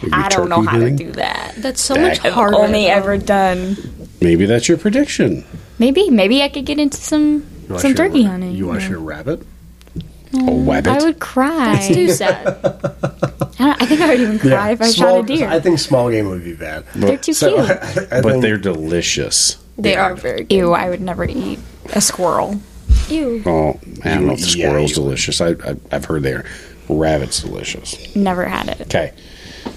could be I don't know turkey how to hunting. do that. That's so That- much I've harder. only ever done Maybe that's your prediction. Maybe, maybe I could get into some You wanna some shoot a turkey ra- hunting. You want to shoot a rabbit? A wabbit. Mm, I would cry. It's too sad. I, don't- I think I would even cry if I small, shot a deer. I think small game would be bad. They're too So, cute. I but think- they're delicious. They are very good. Ew, I would never eat a squirrel. Ew. Oh, I don't know if the Yeah, squirrel's you- delicious. I, I, I've heard they are. Rabbit's delicious. Never had it. Okay.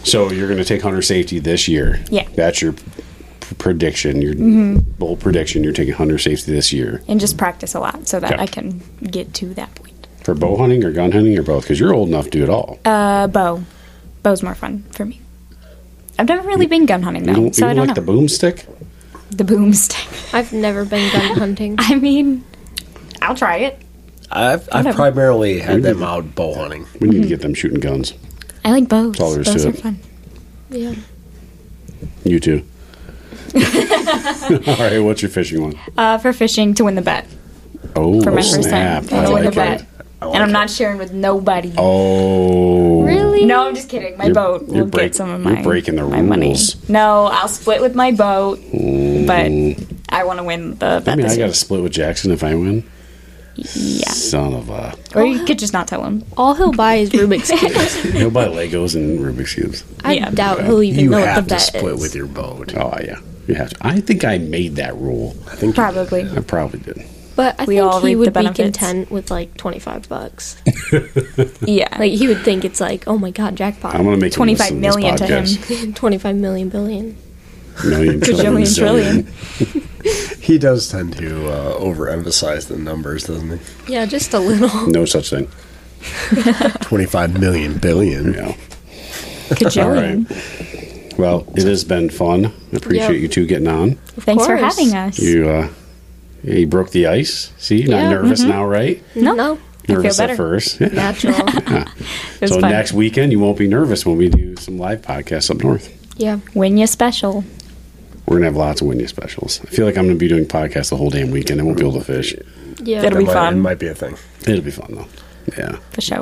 So you're going to take hunter safety this year. Yeah. Mm-hmm. That's your p- prediction. Your bold prediction. You're taking hunter safety this year And just practice a lot so that Yeah. I can get to that point. for bow hunting or gun hunting or both because you're old enough to do it all. Uh, bow. Bow's more fun for me. I've never really been gun hunting you though, don't, so you I don't don't like know. the boomstick. The boomstick. I've never been gun hunting. I mean, I'll try it. I've, I've primarily had them out bow hunting. We Mm-hmm. need to get them shooting guns. I like bows. all there is Bows to are it. fun. yeah. You too. All right, what's your fishing one? Uh, for fishing to win the bet Oh, for my first snap. time. I wanna I win the like bet, it. and I'm not sharing with nobody. Oh. Really? No, I'm just kidding. My You're- boat will you're break- get some of you're my breaking the my money. rules. No, I'll split with my boat, but I want to win the bet. Mm. I mean, this I got year. to split with Jackson if I win. Yeah. Son of a. Or you could just not tell him. All he'll buy is Rubik's Cube. He'll buy Legos and Rubik's Cubes. I Yeah. doubt he'll even You know what the have to bet split is. with your boat. Oh, yeah. You have to. I think I made that rule. I think Probably. I probably did. but I We think all reap he the would be benefits. content with like twenty five bucks. Yeah. like he would think it's like, oh my god, jackpot. I'm going to make him 25 listen to this million to him. podcast. twenty five million billion. Million, trillion, Bajillion, trillion. zillion. He does tend to uh, overemphasize the numbers, doesn't he? Yeah, just a little. No such thing. 25 million billion. Yeah. All right. Kajillion. Well, it has been fun. I appreciate Yeah. you two getting on. Thanks for course. having us. You, uh, you broke the ice. See, you're not Yeah. nervous now, right? No, no, Nervous at mm-hmm. better. first. Yeah. natural. It was So fun. next weekend, you won't be nervous when we do some live podcasts up north. yeah, Win your special. We're gonna have lots of Winya specials. I feel like I'm gonna be doing podcasts the whole damn weekend. I won't be able to fish. yeah. That That'll be might, It fun. might be a thing. It'll be fun though. Yeah. For sure.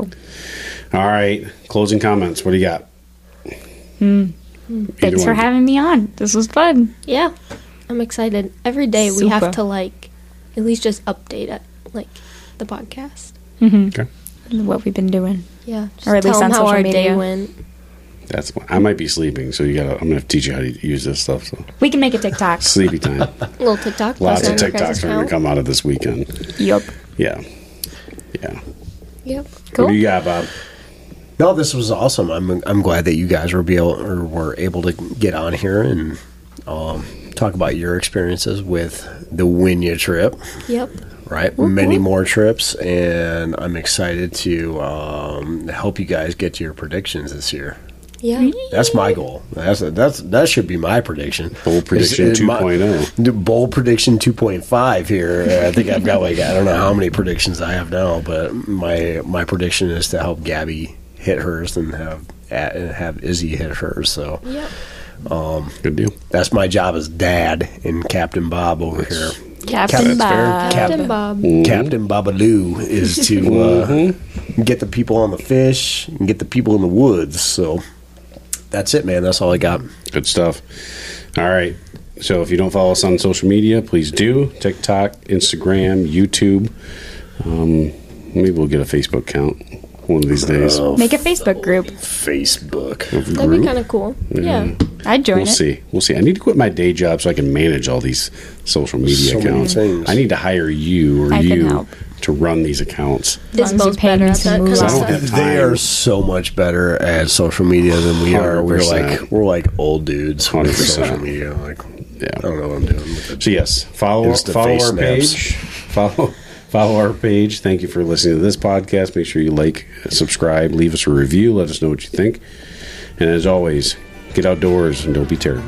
All right. Closing comments. What do you got? Either Hmm. Thanks for one. having me on. This was fun. Yeah, I'm excited. Every day we Super. have to like at least just update it, like the podcast. Okay. What we've been doing. Yeah, just Or at least tell 'em on how social our day media. went. That's one. I might be sleeping, so you gotta. I'm gonna have to teach you how to use this stuff. So We can make a TikTok. sleepy time. Little TikTok. lots of post on your guys' TikToks are gonna account. come out of this weekend. yup. Yeah. Yeah. Yep. What Cool. do you got, Bob? No, this was awesome. I'm I'm glad that you guys were be able, or were able to get on here and um, talk about your experiences with the Winya trip, Yep. right? Mm-hmm. Many more trips, and I'm excited to um, help you guys get to your predictions this year. Yeah. That's my goal. That's that's that should be my prediction. Bold prediction oh. Is- is my- 2.0. the Bold prediction 2.5 here. I think I've got like I don't know how many predictions I have now, but my my prediction is to help Gabby hit hers and have and have Izzy hit hers. So Yep. Good deal. that's my job as dad and Captain Bob over here. Captain That's fair. Bob. Captain Bob. Captain Babaloo is to uh, get the people on the fish and get the people in the woods. So that's it, man. That's all I got. Good stuff. All right. So if you don't follow us on social media, please do TikTok, Instagram, YouTube. Um, maybe we'll get a Facebook account one of these days. Make a Facebook group. Facebook. That'd Group? be kind of cool. Mm-hmm. Yeah. I'd join We'll it. see. We'll see. I need to quit my day job so I can manage all these social media So many accounts. things. I need to hire you or I can you help. to run these accounts. long as you Dispo's pay me better at to that kind move on. of I don't stuff. have They time. are so much better at social media than we are. we are 100%. like we're like old dudes on 100%. social media. Like I Yeah. don't know what I'm doing. With it. So yes, follow Insta follow face our snaps. page. Follow follow our page. Thank you for listening to this podcast. Make sure you like, subscribe, leave us a review. Let us know what you think. And as always, get outdoors and don't be terrible.